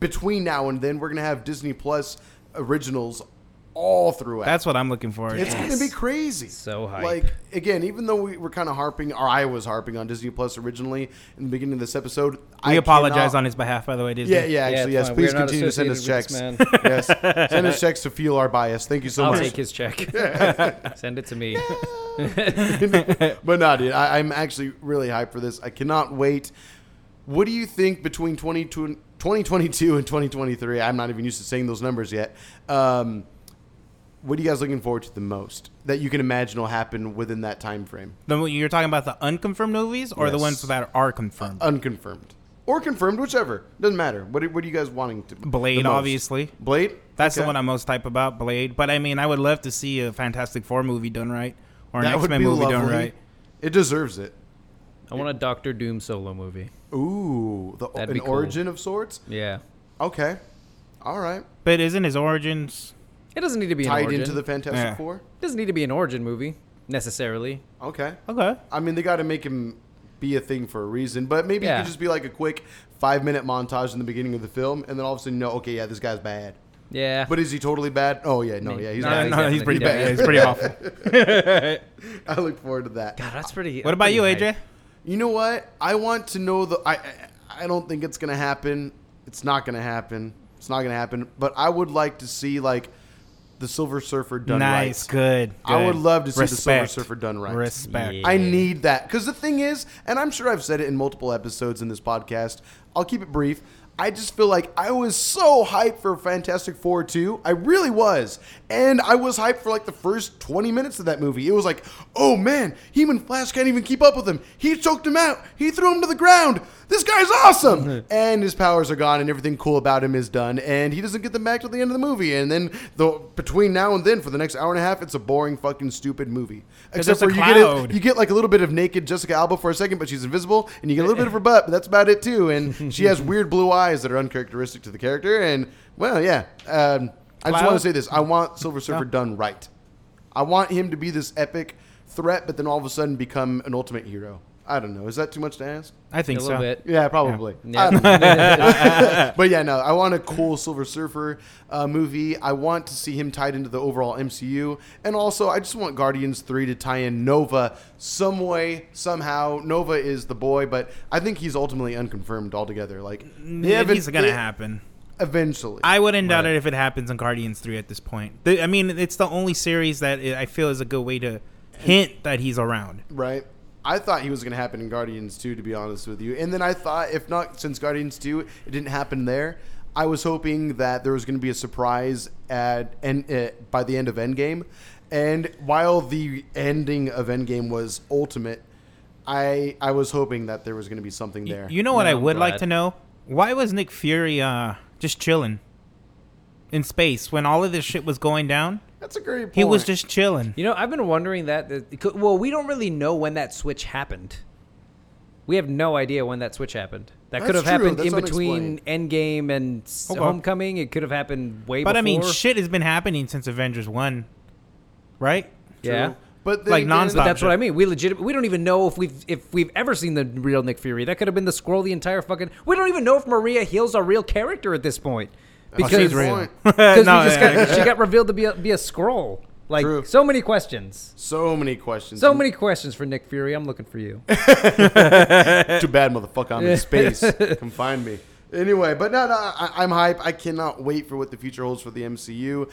A: between now and then, we're gonna have Disney Plus originals all throughout.
B: That's what I'm looking for.
A: It's going to be crazy.
C: So hype.
A: Like again, even though we were kind of harping, or I was harping on Disney Plus originally in the beginning of this episode, I
B: We apologize
A: cannot-
B: on his behalf, by the way, Disney.
A: Yeah, yeah,
C: Yeah,
A: actually, yes.
C: it's fine.
A: Please
C: We're not
A: continue to send us checks.
C: associated
A: Yes,
C: *laughs*
A: send us checks to fuel our bias. Thank you so
C: I'll
A: much.
C: take his
A: *laughs*
C: check. Send it to me.
A: but no, dude, I, I'm actually really hyped for this. I cannot wait. What do you think between 2022 2022 and 2023? I'm not even used to saying those numbers yet. Um, what are you guys looking forward to the most that you can imagine will happen within that time frame?
B: The, you're talking about the unconfirmed movies or the
A: Yes. Uh,
B: ones that are confirmed?
A: Unconfirmed or confirmed, whichever doesn't matter. What are, what are you guys wanting to? the
B: Blade,
A: most?
B: obviously.
A: Blade.
B: That's
A: Okay.
B: the one I'm most type about, Blade. But I mean, I would love to see a Fantastic Four movie done right or an
A: That
B: X
A: would
B: Men
A: be
B: movie
A: lovely.
B: done right.
A: It deserves it.
C: I want a Doctor Doom solo movie.
A: Ooh, the,
C: That'd
A: an
C: be cool.
A: origin of sorts.
C: Yeah.
A: Okay, all right.
B: But isn't his origins?
C: It doesn't need to be an
A: Tied
C: origin.
A: into the Fantastic
B: Yeah.
A: Four.
C: It doesn't need to be an origin movie necessarily.
A: Okay.
B: Okay.
A: I mean, they got to make him be a thing for a reason, but maybe it
C: Yeah.
A: could just be like a quick five minute montage in the beginning of the film, and then all of a sudden, no, okay, yeah, this guy's bad.
C: Yeah.
A: But is he totally bad? Oh, yeah, no, yeah, he's
C: No,
B: No,
A: bad.
B: no, he's
C: definitely
B: pretty
C: done
B: bad.
C: it.
B: Yeah, he's pretty awful.
A: *laughs* I look forward to that.
C: God, that's
B: *laughs*
C: pretty.
B: What about you,
C: pretty hype.
B: AJ?
A: You know what? I want to know the. I, I I don't think it's gonna happen. It's not gonna happen. It's not gonna happen. But I would like to see like the Silver Surfer done
B: nice,
A: right.
B: good,
A: I would
B: good.
A: love to see the Silver
B: Respect.
A: Surfer done right.
B: Respect.
C: Yeah.
A: I need that because the thing is, and I'm sure I've said it in multiple episodes in this podcast. I'll keep it brief. I just feel like I was so hyped for Fantastic Four 2. I really was. And I was hyped for like the first 20 minutes of that movie. It was like, oh man, Him and Flash can't even keep up with him. He choked him out. He threw him to the ground. This guy's
B: *laughs*
A: awesome. and his powers are gone and everything cool about him is done. And he doesn't get them back till the end of the movie. And then the, between now and then, for the next hour and a half, it's a boring, fucking stupid movie. Except
B: it's a
A: for you get it,
B: cloud.
A: you get like a little bit of naked Jessica Alba for a second, but she's invisible, and you get a little bit of her butt, but that's about it too. And she has weird blue eyes that are uncharacteristic to the character. And well, yeah, um, I just
B: Cloud?
A: want to say this: I want Silver Surfer
B: No.
A: done right. I want him to be this epic threat, but then all of a sudden become an ultimate hero. I don't know. Is that too much to ask?
B: I
C: a
B: think
C: little
B: so.
C: bit.
A: Yeah, probably. I don't know.
B: *laughs*
C: Yeah.
A: but yeah, no, I want a cool Silver Surfer uh, movie. I want to see him tied into the overall MCU, and also I just want Guardians Three to tie in Nova some way, somehow. Nova is the boy, but I think he's ultimately unconfirmed altogether. Like they haven't-
B: It's Mm, gonna
A: they-
B: happen.
A: eventually.
B: I wouldn't doubt it if it happens on Guardians Three at this point. The- I mean, it's the only series that I I feel is a good way to hint that he's around.
A: right? I thought he was going to happen in Guardians 2, to be honest with you. And then I thought, if not since Guardians 2, it didn't happen there. I was hoping that there was going to be a surprise at and uh, by the end of Endgame. And while the ending of Endgame was ultimate, I I was hoping that there was going to be something there.
B: You know what
C: No,
B: I
C: I'm
B: would like
C: glad.
B: to know? Why was Nick Fury uh, just chilling in space when all of this shit was going down?
A: That's a great point.
B: He was just chilling.
C: *laughs* You know, I've been wondering that. that it could- Well, we don't really know when that switch happened. We have no idea when that switch happened. That could
A: That's
C: have
A: true.
C: happened
A: That's
C: in between Endgame and s-
B: Okay.
C: Homecoming. It could have happened way
B: But
C: before.
B: I mean, shit has been happening since Avengers 1, right?
A: True.
C: yeah.
A: But then
B: Like,
A: again-
B: nonstop.
C: But that's
B: Object.
C: what I mean. We legit. We don't even know if we've if we've ever seen the real Nick Fury. That could have been the scroll the entire fucking. We don't even know if Maria Hill's a real character at this point
A: That's
C: because
A: a good
C: because *laughs*
A: point.
B: no,
C: we just
B: yeah,
C: got, she got revealed to be a, be a scroll. Like
A: True.
C: so many questions.
A: So many questions.
C: So many questions for Nick Fury. I'm looking for you.
A: Too bad, motherfucker. I'm in space. Come find me. Anyway, but no, no, I, I'm hype. I cannot wait for what the future holds for the MCU.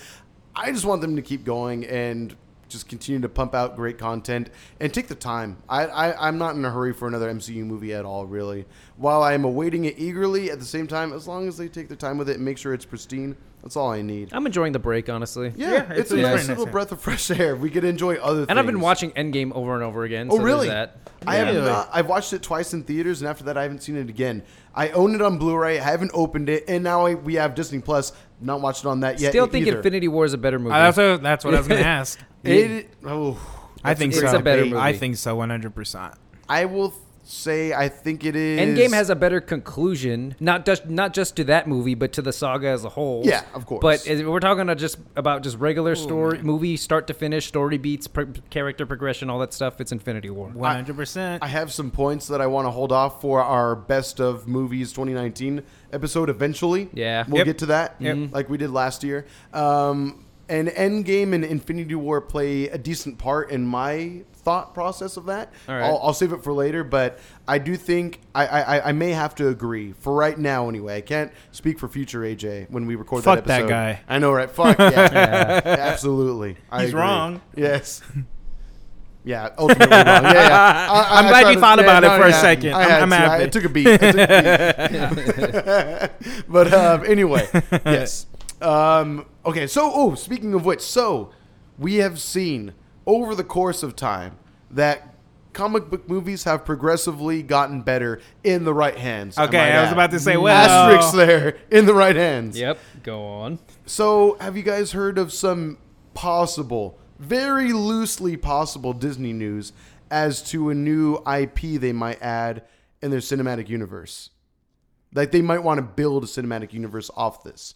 A: I just want them to keep going and just continue to pump out great content and take the time. I, I, I'm not in a hurry for another MCU movie at all, really. While I am awaiting it eagerly, at the same time, as long as they take their time with it and make sure it's pristine, that's all I need.
C: *laughs* I'm enjoying the break, honestly.
A: Yeah,
B: Yeah,
A: it's,
B: it's-
A: a nice
B: it's pretty
A: little
B: nice, yeah.
A: breath of fresh air. We could enjoy other things.
C: And I've been watching Endgame over and over again.
A: Oh,
C: so there's
A: really?
C: That.
A: I
C: Yeah.
A: have not. I've watched it twice in theaters, and after that, I haven't seen it again. I own it on Blu-ray. I haven't opened it, and now I, we have Disney Plus. Not watched it on that yet.
C: Still think
A: either.
C: Infinity War is a better movie.
B: Uh, that's, what, that's what I was going to ask.
A: It, oh,
B: I think
C: It's
B: so.
C: a better movie.
B: I think so, 100%.
A: I will say I think it is.
C: Endgame has a better conclusion, not just not just to that movie, but to the saga as a whole.
A: Yeah, of course.
C: But as- we're talking about just about just regular story, movie start to finish, story beats, pro- character progression, all that stuff. It's Infinity War.
B: 100%.
A: I have some points that I want to hold off for our best of movies 2019 episode eventually.
C: Yeah.
A: We'll
B: Yep.
A: get to that mm-hmm.
B: Yep.
A: like we did last year. Um, and Endgame and Infinity War play a decent part in my thought process of that.
C: All right.
A: I'll, I'll save it for later, but I do think I, I, I- I may have to agree for right now anyway. I can't speak for future AJ when we record
B: Fuck
A: that
B: that
A: episode.
B: guy.
A: I know, right? Fuck
B: *laughs*
A: yeah. Absolutely. I
B: He's
A: agree.
B: wrong.
A: Yes. Yeah, ultimately wrong. Yeah,
B: *laughs*
A: yeah. I, I-
B: I'm
A: I
B: glad
A: tried
B: you
A: to-
B: thought about it for a
A: yeah.
B: second.
A: I
B: I'm-
A: had
B: I'm
A: to. I-
B: happy.
A: it took a beat. It took a
B: *laughs*
A: beat. *laughs* but um, anyway, yes. Um, okay, so oh, speaking of which, so we have seen over the course of time that comic book movies have progressively gotten better in the right hands. I
B: Okay,
A: might
B: I was
A: add.
B: about to say, well-
A: asterisk there in the right hands.
C: Yep. Go on.
A: So, have you guys heard of some possible, very loosely possible Disney news as to a new IP they might add in their cinematic universe? Like, they might want to build a cinematic universe off this.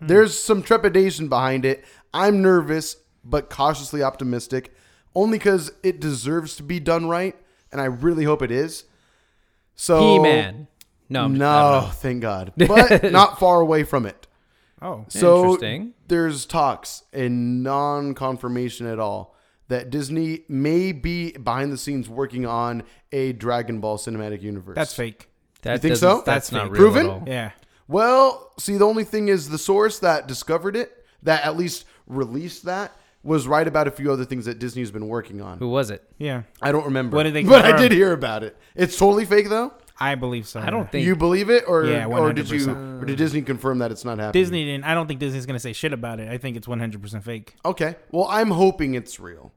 C: Hmm.
A: There's some trepidation behind it. I'm nervous, but cautiously optimistic, only because it deserves to be done right, and I really hope it is. So,
C: He Man. No. I'm- I don't know.
A: No, thank God. But not far away from it.
B: oh.
A: So
C: Interesting.
A: there's talks and non-confirmation at all that Disney may be behind the scenes working on a Dragon Ball cinematic universe.
B: That's fake.
C: That
A: think
C: doesn't-
A: so?
C: That's not real
A: Proven?
C: At all.
B: Yeah.
A: Well, see, the only thing is the source that discovered it, that at least released that, was right about a few other things that Disney's been working on.
C: Who was it?
B: Yeah.
A: I don't remember.
B: What did they
A: But I
B: confirm?
A: did hear about it. It's totally fake, though.
B: I believe so.
C: I don't think
A: you believe it, or
B: Yeah,
A: or did you,
B: 100%.
A: or did Disney confirm that it's not happening?
B: Disney didn't. I don't think Disney's gonna say shit about it. I think it's 100% fake.
A: Okay. Well, I'm hoping it's real.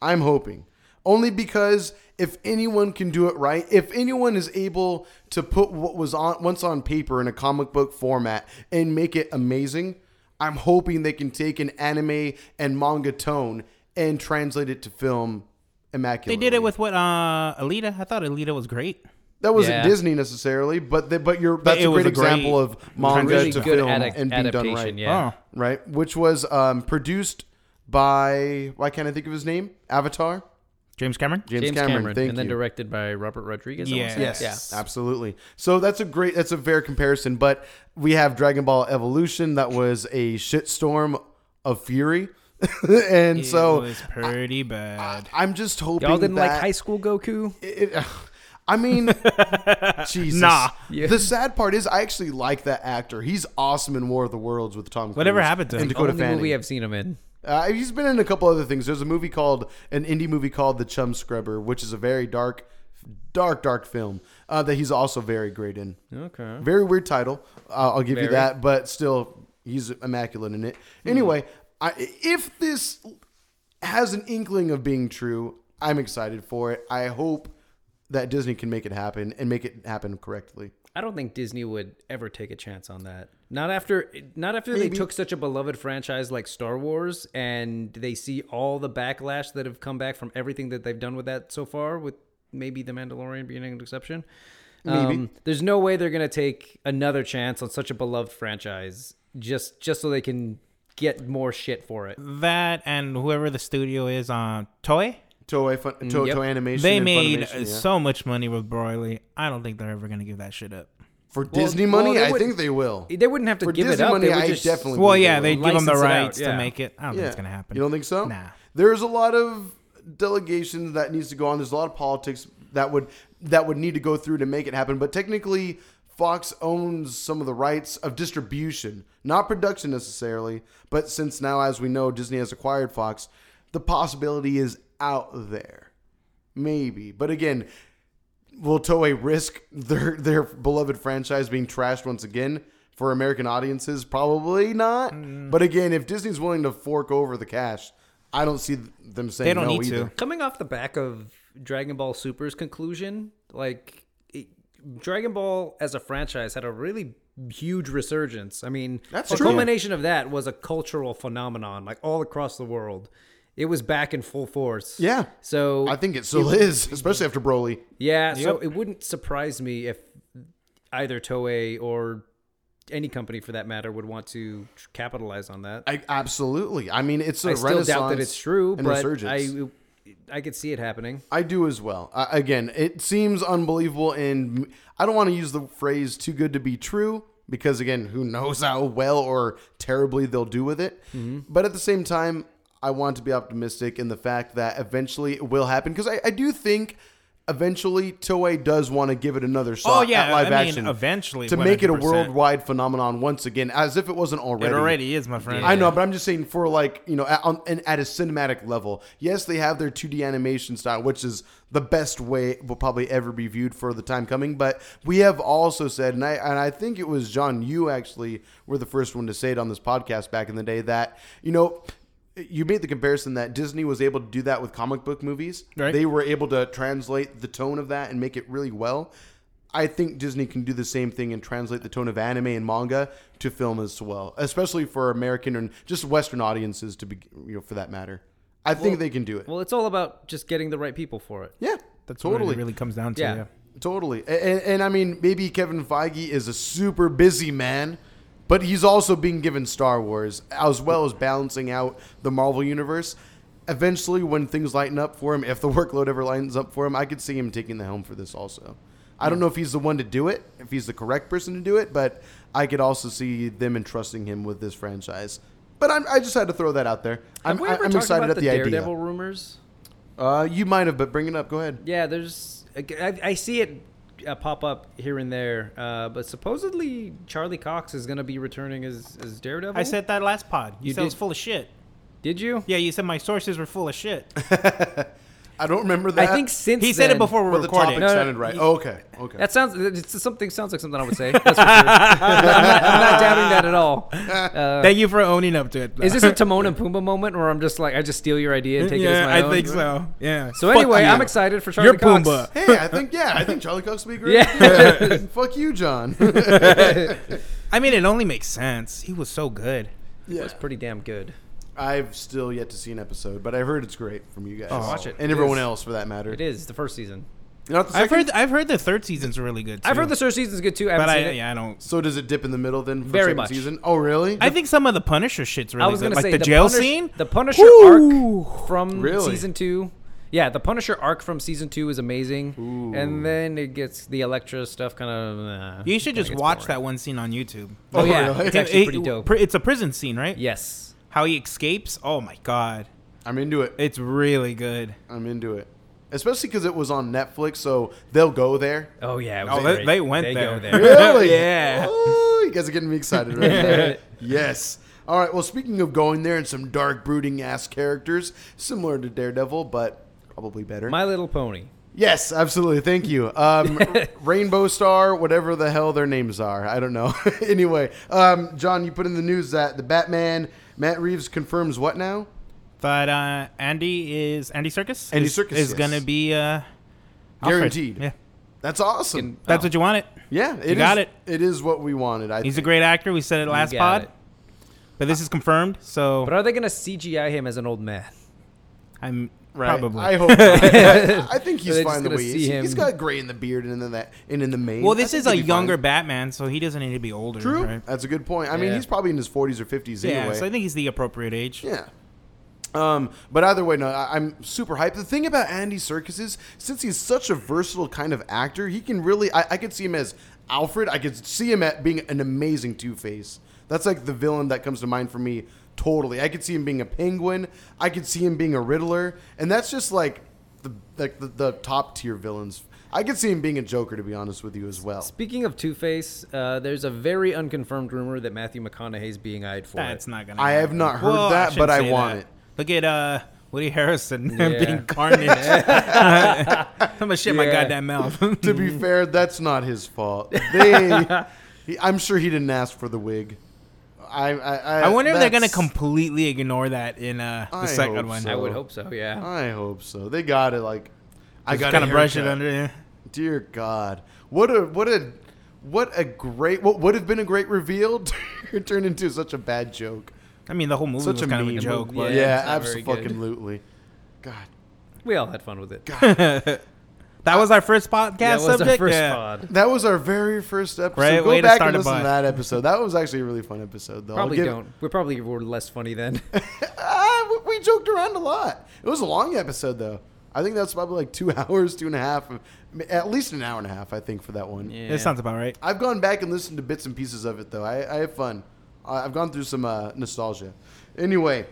A: I'm hoping. Only because if anyone can do it right, if anyone is able to put what was on once on paper in a comic book format and make it amazing, I'm hoping they can take an anime and manga tone and translate it to film
B: They
A: immaculately.
B: did it with what? Uh, Alita. I thought Alita was great.
A: that wasn't
C: Yeah.
A: Disney necessarily, but they, but you're that's
B: it
A: a
B: was
A: great
B: a great-
A: example of manga
C: really
A: to
C: good
A: film
C: adapt-
A: and be done
C: adaptation.
A: right.
C: Yeah.
B: Oh.
A: right? Which was um, produced by why can't I think of his name? Avatar,
B: James Cameron.
A: James, Cameron. Thank
C: and
A: you.
C: then directed by Robert Rodriguez. I wanna
B: Yeah.
C: say?
B: Yes.
C: Yeah.
A: Absolutely. So that's a great, that's a fair comparison. But we have Dragon Ball Evolution. That was a shitstorm of fury, *laughs* and
B: it
A: so
B: was pretty bad.
A: I'm just hoping
C: Y'all didn't
A: that
C: like High School Goku?
A: it- I
C: *laughs*
A: mean, Jesus.
B: Nah.
C: Yeah.
A: The sad part is, I actually like that actor. He's awesome in War of the Worlds with Tom. Cruise
B: Whatever happened to
A: and
B: him?
A: Dakota
C: Only
A: Fanning.
C: movie I've seen him in.
A: Uh, he's been in a couple other things. There's a movie called an indie movie called The Chum Scrubber, which is a very dark, dark, dark film uh, that he's also very great in.
C: Okay.
A: Very weird title. Uh, I'll give you
C: Very.
A: that, but still, he's immaculate in it. Anyway, I, if this has an inkling of being true, I'm excited for it. I hope that Disney can make it happen and make it happen correctly.
C: I don't think Disney would ever take a chance on that. Not after not after they took such a beloved franchise like Star Wars and they see all the backlash that have come back from everything that they've done with that so far with maybe The Mandalorian being an exception. Um, there's no way they're going to take another chance on such a beloved franchise just just so they can get more shit for it.
B: That and whoever the studio is on Toy,
A: Toei, Fun, to,
C: yep.
A: Toei Animation.
B: they
A: and
B: made
A: Funimation, yeah.
B: so much money with Broly. I don't think they're ever gonna give that shit up.
A: for Disney money.
C: well, they
A: I
C: would-
A: think they will.
C: They wouldn't have to
A: For
C: give
A: Disney
C: it up.
A: money,
C: they would
A: I
C: just
A: definitely
B: Well,
A: they
B: yeah,
A: will.
B: they give them the
C: License it out,
B: rights
C: yeah.
B: to make it. I don't think it's gonna happen.
A: You don't think so?
B: Nah.
A: There's a lot of delegation that needs to go on. There's a lot of politics that would that would need to go through to make it happen. But technically, Fox owns some of the rights of distribution, not production necessarily. But since now, as we know, Disney has acquired Fox, the possibility is out there, maybe. But again. Will Toei risk their their beloved franchise being trashed once again for American audiences? Probably not.
C: Mm.
A: But again, if Disney's willing to fork over the cash, I don't see them saying
B: They don't
A: no
B: need to.
A: either.
C: coming off the back of Dragon Ball Super's conclusion, like it, Dragon Ball as a franchise had a really huge resurgence. I mean,
A: That's
C: the
A: true.
C: culmination of that was a cultural phenomenon, like all across the world. It was back in full force.
A: Yeah.
C: So
A: I think it still is, especially after Broly.
C: yeah, so it wouldn't surprise me if either Toei or any company for that matter would want to tr- capitalize on that.
A: I, absolutely. I mean, it's a
C: I still
A: renaissance.
C: doubt that it's true,
A: and
C: but
A: resurgence.
C: I I could see it happening.
A: I do as well. Uh, again, it seems unbelievable, and m- I don't want to use the phrase "too good to be true" because, again, who knows how well or terribly they'll do with it.
B: Mm-hmm.
A: But at the same time, I want to be optimistic in the fact that eventually it will happen because I, I do think eventually Toei does want to give it another shot
B: Oh, yeah,
A: at live
B: I mean,
A: action
B: eventually,
A: to make it a
B: 100%.
A: worldwide phenomenon once again, as if it wasn't
B: It already is, my friend.
A: I know, but I'm just saying for like you know at, on, and at a cinematic level. Yes, they have their 2D animation style, which is the best way it will probably ever be viewed for the time coming. But we have also said, and I and I think it was John, you actually were the first one to say it on this podcast back in the day that you know. You made the comparison that Disney was able to do that with comic book movies.
B: Right.
A: They were able to translate the tone of that and make it really well. I think Disney can do the same thing and translate the tone of anime and manga to film as well, especially for American and just Western audiences to be, you know, for that matter. I think they can do it.
C: Well, it's all about just getting the right people for it.
A: yeah,
B: That's what
A: totally,
B: it really comes down to.
C: Yeah.
B: yeah.
A: totally. A- And, and I mean, maybe Kevin Feige is a super busy man, but he's also being given Star Wars as well as balancing out the Marvel universe. Eventually, when things lighten up for him, if the *laughs* workload ever lightens up for him, I could see him taking the helm for this also. I don't know if he's the one to do it, if he's the correct person to do it, but I could also see them entrusting him with this franchise. But I'm, I just had to throw that out there. I'm,
C: Have we ever
A: I'm
C: talked
A: excited
C: about
A: at the,
C: Daredevil
A: idea.
C: rumors?
A: Uh, you might have, but bring it up. Go ahead.
C: Yeah, there's. I, I see it uh, pop up here and there. Uh, but supposedly Charlie Cox is going to be returning as, as Daredevil.
B: I said that last pod. You,
C: You
B: said it was
C: did?
B: full of shit.
C: did you?
B: Yeah, you said my sources were full of shit.
A: I don't remember
C: I
A: that.
C: think since
B: He said it
C: then-
B: before we
A: but the topic
B: recorded.
C: No, no,
A: sounded right. Oh, okay, okay.
C: That sounds it's something sounds like something I would say. That's for sure. I'm, not, I'm not doubting that at all.
B: *laughs* *laughs*
C: Uh,
B: Thank you for owning up to it. *laughs*
C: is this a Timon and Pumbaa moment where I'm just like I just steal your idea and take it as
B: yeah,
C: my
B: I
C: own?
B: think so. Yeah.
C: So
B: Fuck
C: anyway,
B: you.
C: I'm excited for Charlie
B: You're
C: Cox.
B: Pumbaa.
A: hey, I think yeah, I think Charlie Cox would be great.
C: Yeah. *laughs*
A: Fuck you, John.
B: I mean, it only makes sense. He was so good.
A: yeah.
C: Pretty damn good.
A: I've still yet to see an episode, but I've heard it's great from you guys.
B: Oh, watch
C: it.
A: and
C: It
A: everyone
C: is.
A: else for that matter.
C: It is the first season.
A: Not the
B: I've
A: second?
B: heard. I've heard the third season's really good. Too,
C: I've heard the first season's good too. I haven't
B: but
C: seen
B: I,
C: it.
B: yeah, I don't.
A: So does it dip in the middle then for
C: Very
A: second
C: much.
A: season? Oh, really?
B: I think some of the Punisher shit's really
C: I was
B: good.
C: gonna
B: Like
C: say
B: the, jail
C: Punish-
B: scene.
C: the Punisher
B: Woo!
C: arc from
A: Really?
C: season two. Yeah, the Punisher arc from season two is amazing, and then it gets the Elektra stuff kind of. Uh,
B: you should just
C: gets
B: watch
C: boring.
B: that one scene on YouTube.
C: Oh,
A: Oh,
C: yeah,
A: really?
C: it's actually
B: It-
C: pretty
B: it-
C: dope.
B: pr- It's a prison scene, right?
C: yes,
B: How he escapes. Oh my god,
A: I'm into it.
B: it's really good.
A: I'm into it. Especially because it was on Netflix, so they'll go there.
C: Oh yeah, it was
B: Oh, they,
C: great.
B: they went
C: go
B: there.
C: there. *laughs*
A: Really?
B: yeah.
A: Ooh, you guys are getting me excited right
B: *laughs*
A: now. yes. All right. Well, speaking of going there and some dark, brooding ass characters, similar to Daredevil, but probably better.
C: My Little Pony.
A: yes, absolutely. Thank you. Um,
B: *laughs*
A: Rainbow Star, whatever the hell their names are. I don't know. *laughs* anyway, um, John, you put in the news that the Batman, Matt Reeves confirms what now?
B: But uh, Andy is Andy Circus.
A: Andy
B: is,
A: Serkis,
B: is
A: yes.
B: gonna be uh, Alfred.
A: Guaranteed.
B: Yeah,
A: That's awesome.
B: that's what you wanted.
A: yeah, it
B: You got
A: is-
B: it.
A: It is what we wanted. I
B: He's a
A: think.
B: great actor. We said it last
C: got
B: pod,
C: it.
B: but this is confirmed. So
C: But are they gonna CGI him as an old man?
B: I'm
A: Right.
B: probably.
A: I
B: *laughs*
A: hope. not. I, I think he's
C: They're just
A: fine the
C: gonna
A: way he
C: see
A: is. He's
C: him.
A: got gray in the beard and in the and in the mane.
B: well,
A: I
B: this
A: think
B: is a
A: he'd be fine.
B: younger Batman, so he doesn't need to be older.
A: True.
B: Right?
A: That's a good point. I mean,
C: Yeah.
A: he's probably in his 40s or 50s
B: Yeah,
A: anyway.
B: so I think he's the appropriate age.
A: yeah. Um, but either way, no, I, I'm super hyped. The thing about Andy Serkis is, since he's such a versatile kind of actor, he can really. I, I could see him as Alfred. I could see him at being an amazing Two Face. That's like the villain that comes to mind for me. Totally, I could see him being a Penguin. I could see him being a Riddler, and that's just like the like the, the top tier villains. I could see him being a Joker, to be honest with you, as well.
C: Speaking of Two Face, uh, there's a very unconfirmed rumor that Matthew McConaughey's being eyed for
B: That's
C: it.
B: not gonna.
A: I have
B: happen.
A: not heard that,
B: shouldn't
A: but I
B: say
A: want it.
B: Look at uh, Woody *laughs* Harrison
C: Yeah. *laughs*
B: being carnage. I'm *laughs* gonna shit my
C: Yeah.
B: goddamn
A: *laughs*
B: mouth.
A: to
B: Mm-hmm.
A: be fair, that's not his fault. They, he, I'm sure he didn't ask for the wig. I, I, I,
B: *laughs* I wonder if they're gonna
A: that's-
B: completely ignore that in uh, the
A: I hope
B: second one.
A: so.
C: I would hope so. Yeah.
A: I hope so. They got it. Like, I got
B: kind of brush it
A: haircut.
B: under. Yeah.
A: Dear God, what a what a what a great what would have been a great reveal *laughs* turned into such a bad joke.
B: I mean, the whole movie
A: Such
B: was
A: a
B: kind of a
A: meme.
B: joke,
C: Yeah,
B: but
A: yeah,
C: it's not very good.
A: absolutely. God,
C: We all had fun with
B: *laughs*
C: it.
B: that was our first podcast
C: that was
B: subject.
C: our first
B: yeah.
C: pod.
A: That was our very first episode.
B: Great
A: Go
B: way to
A: back
B: start
A: and
B: a
A: listen to
B: bud.
A: that episode. That was actually a really fun episode, though. I'll
C: Probably
A: give-
C: don't. We probably were less funny then. *laughs*
A: Ah,
C: Oh,
A: we- we joked around a lot. It was a long episode, though. I think that's probably like two *laughs* hours, two and a half, I mean, at least an hour and a half. I think for that one.
B: That sounds about right.
A: I've gone back and listened to bits and pieces of it, though. I, I have fun. I- I've gone through some uh, nostalgia. Anyway,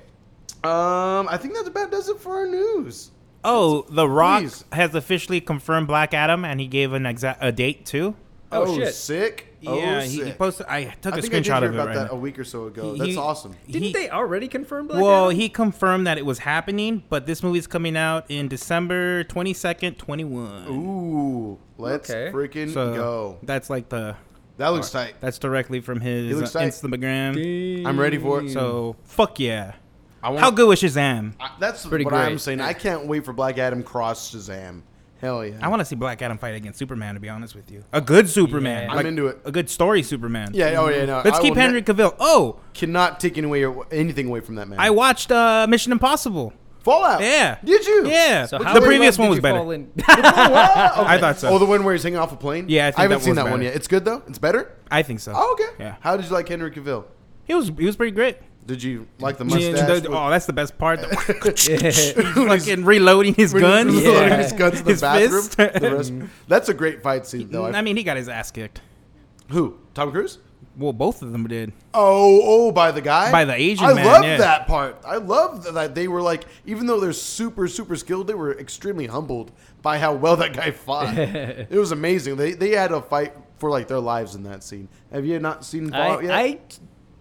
A: um, I think that about does it for our news.
B: Oh, The Rock
A: Please.
B: has officially confirmed Black Adam, and he gave an exact a date too.
C: Oh, shit.
A: sick!
B: yeah,
A: oh,
B: he,
A: sick.
B: he posted. I took a
A: I think I did
B: screenshot
A: hear
B: of it
A: about
B: right
A: that
B: now.
A: a week or so ago.
B: He-
A: That's
B: he-
A: awesome.
C: Didn't
B: he-
C: they already confirm Black
B: well,
C: Adam?
B: he confirmed that it was happening, but this movie's coming out in December twenty second, twenty one.
A: Ooh, let's
C: Okay.
A: freaking
B: so
A: go!
B: that's like the
A: That looks tight.
B: that's directly from his
A: looks
B: uh,
A: tight.
B: Instagram.
C: Mm.
A: I'm ready for it.
B: So fuck yeah!
A: I wanna-
B: How good was Shazam?
A: I, that's
C: Pretty
A: what
C: great.
A: I'm saying. I can't wait for Black Adam cross Shazam. Hell yeah!
B: I want to see Black Adam fight against Superman. To be honest with you, a good Superman.
C: Yeah.
A: I'm into it.
B: A good story Superman.
A: yeah. Oh yeah. No.
B: Let's
A: I
B: keep
A: will ne-
B: Henry Cavill. Oh,
A: cannot take any away anything away from that man.
B: I watched uh, Mission Impossible.
A: Fallout.
B: Yeah.
A: Did you?
B: Yeah.
C: So
A: Which
C: how
B: the
C: in
B: previous
C: love
B: one was
C: did you
B: better.
C: fall *laughs* in-
A: I
B: thought *laughs* so.
A: Oh, the one where he's hanging off a plane.
B: Yeah, I think
A: haven't
B: that
A: seen
B: was
A: that one
B: better.
A: yet. It's good though. It's better.
B: I think so.
A: Oh, okay.
B: Yeah.
A: How did you like Henry Cavill?
B: He was he was pretty great.
A: Did you like the
B: Yeah,
A: mustache?
B: the-
A: with- *laughs*
B: oh, that's the best part. The *laughs*
C: Yeah.
B: fucking reloading his
A: when
B: gun.
A: he's
C: Yeah.
A: loading his *laughs* guns in the
B: His
A: bathroom.
B: fist. *laughs* Mm,
A: The rest- That's a great fight scene though.
B: I mean, he got his ass kicked.
A: Who? Tom Cruise?
B: Well, both of them did.
A: Oh, oh, by the guy,
B: By the Asian
A: I
B: man,
A: love
B: yeah.
A: that part. I love th- that they were like, even though they're super, super skilled, they were extremely humbled by how well that guy
B: *laughs*
A: fought. it was amazing. They they had a fight for like their lives in that scene. Have you not seen Fallout
C: I,
A: yet?
C: I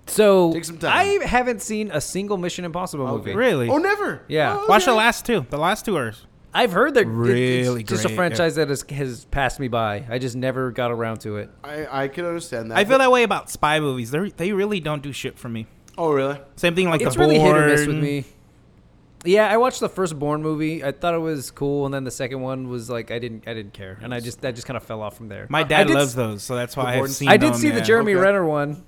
C: so
A: Take some time.
C: I haven't seen a single Mission Impossible movie.
B: Really?
A: oh, never.
C: Yeah.
A: Oh,
B: Watch the
A: okay.
B: last two. The last two are.
C: I've heard that it-
B: Really
C: it's just a
B: great,
C: franchise that has, has passed me by. I just never got around to it.
A: I, I can understand that.
B: I feel that way about spy movies. They they really don't do shit for me.
A: Oh,
B: *laughs*
A: really?
B: Same thing like
C: it's
B: the Bourne.
C: really hit or miss with me. Yeah, I watched the first Born movie. I thought it was cool, and then the second one was like I didn't I didn't care, and I just that just kind of fell off from there.
B: My
C: I- I
B: dad
C: did
B: loves
C: s-
B: those, so that's
A: The
B: why I've
A: Bourne-
B: seen.
C: I did
B: them,
C: see the
B: yeah.
C: Jeremy
A: okay.
C: Renner one. and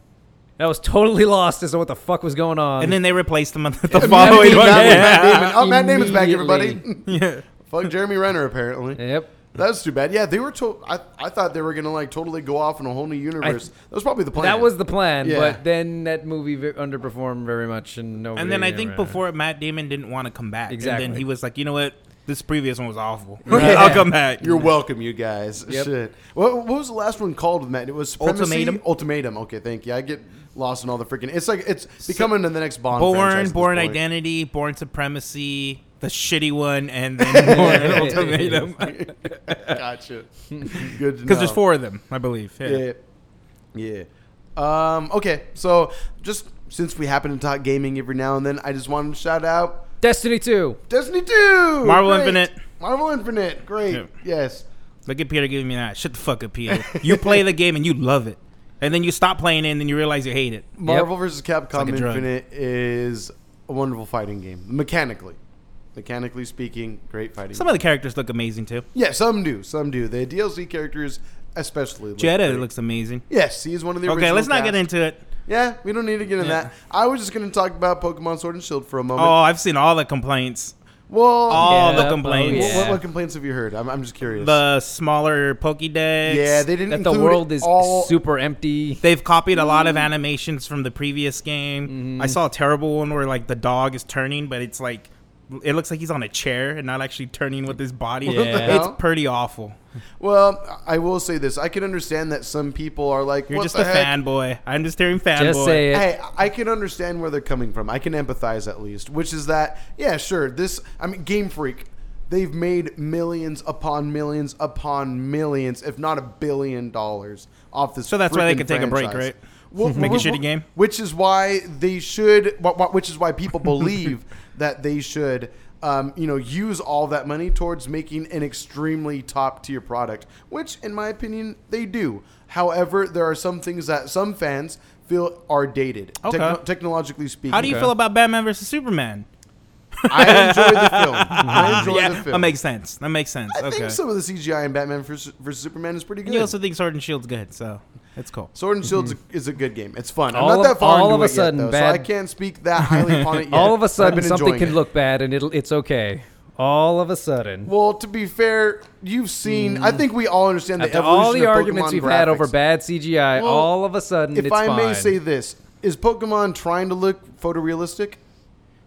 C: I was totally *laughs* lost as to what the fuck was going on.
B: And then they replaced them with the
A: Matt
B: following
A: Damon,
B: one.
A: Matt
B: Yeah.
A: Damon. Oh, Matt Damon's back, everybody.
C: Immediately.
B: *laughs* Yeah.
A: *laughs* Fuck Jeremy Renner, apparently.
C: yep,
A: That's too bad. Yeah, they were told. I, I thought they were gonna like totally go off in a whole new universe. that was probably the plan.
C: that was the plan.
A: Yeah.
C: But then that movie v- underperformed very much, and nobody.
B: And then I think
C: ever-
B: before it, Matt Damon didn't want to come back. And
C: Exactly.
B: then he was like, you know what? This previous one was awful. *laughs*
C: Right.
B: I'll come back.
A: You're welcome, you guys.
C: Yep.
A: Shit. What, what was the last one called with Matt? It was Supremacy?
B: Ultimatum.
A: Ultimatum. Okay, thank you. I get lost in all the freaking. It's like it's becoming the next Bond.
B: born,
A: franchise at
B: born
A: this point.
B: identity, born supremacy, the shitty one, and then born ultimatum.
A: *laughs* Gotcha. Good.
B: Because there's four of them, I believe. Yeah.
A: Yeah. Yeah. Um, okay, so just since we happen to talk gaming every now and then, I just wanted to shout out
C: Destiny Two.
A: Destiny Two,
B: Marvel
A: Great.
B: Infinite.
A: Marvel Infinite. Great.
B: Yeah.
A: Yes.
B: Look at Peter giving me that. Shut the fuck up, Peter. You play the game and you love it. And then you stop playing it and then you realize you hate it.
A: Marvel vs. Capcom
B: like a drug.
A: Infinite is a wonderful fighting game, mechanically. Mechanically speaking, great fighting.
B: Some of the characters look amazing too.
A: Yeah, some do. Some do. The DLC characters, especially. look
B: Jeddah
A: great.
B: looks amazing.
A: Yes, he is one of the
B: Okay,
A: original
B: let's not
A: cast.
B: get into it.
A: Yeah, we don't need to get into
B: Yeah.
A: that. I was just going to talk about Pokemon Sword and Shield for a moment.
B: Oh, I've seen all the complaints.
A: well,
B: All
C: Yeah,
B: the
C: oh,
A: wh-
B: complaints.
A: wh- what,
C: yeah.
A: complaints have you heard? I'm, I'm just curious.
B: The smaller Pokédex.
A: yeah, they didn't.
C: That the
A: include
C: world is
A: all,
C: super empty.
B: They've copied a lot of
A: Mm-hmm.
B: animations from the previous game. I saw a terrible one where like the dog is turning, but it's like it looks like he's on a chair and not actually turning with his body.
C: What the
B: *laughs* it's
A: hell?
B: pretty awful.
A: Well, I will say this: I can understand that some people are like,
B: You're
A: "What
B: just
A: the
B: a
A: heck?
B: fanboy. I'm just hearing fanboy.
C: Just say it.
A: Hey, I can understand where they're coming from. I can empathize at least, which is that, yeah, sure. This, I mean, Game Freak, they've made millions upon millions upon millions, if not a billion dollars off this.
B: So that's why they
A: freaking
B: can take a break,
A: franchise.
B: right?
A: Well,
B: *laughs* Make a
A: well,
B: shitty
A: well,
B: game?
A: Which is why they should. wh- wh- Which is why people
B: *laughs*
A: believe that they should. Um, you know, use all that money towards making an extremely top tier product, which, in my opinion, they do. However, there are some things that some fans feel are dated,
B: Okay.
A: techno- technologally speaking.
B: How do you feel about Batman versus Superman?
A: I enjoyed the
B: *laughs*
A: film. I enjoyed
B: yeah,
A: the film.
B: that makes sense. That makes sense.
A: I
B: okay.
A: think some of the CGI in Batman vs. Superman is pretty
B: And
A: good.
B: you also Mm-hmm. think Sword and Shield's good, so it's cool.
A: Sword and Shield is a good game. It's fun. I'm
C: All
A: not that
C: of-
A: far
C: all
A: into
C: of a
A: it yet,
C: sudden,
A: though,
C: bad-
A: so I can't speak that highly upon
B: *laughs*
A: it yet.
C: all of
A: but
C: a
A: I've
C: sudden
A: been
C: something
A: enjoying
C: can
A: it.
C: look bad and it'll it's okay all of a sudden
A: Well, to be fair, you've seen. I think we all understand the
C: Mm. after
A: evolution
C: all the
A: of
C: arguments
A: Pokemon
C: we've had over
A: graphics.
C: bad cgi
A: Well,
C: all of a sudden
A: If
C: it's
A: I may
C: fine.
A: say this, is Pokemon trying to look photorealistic?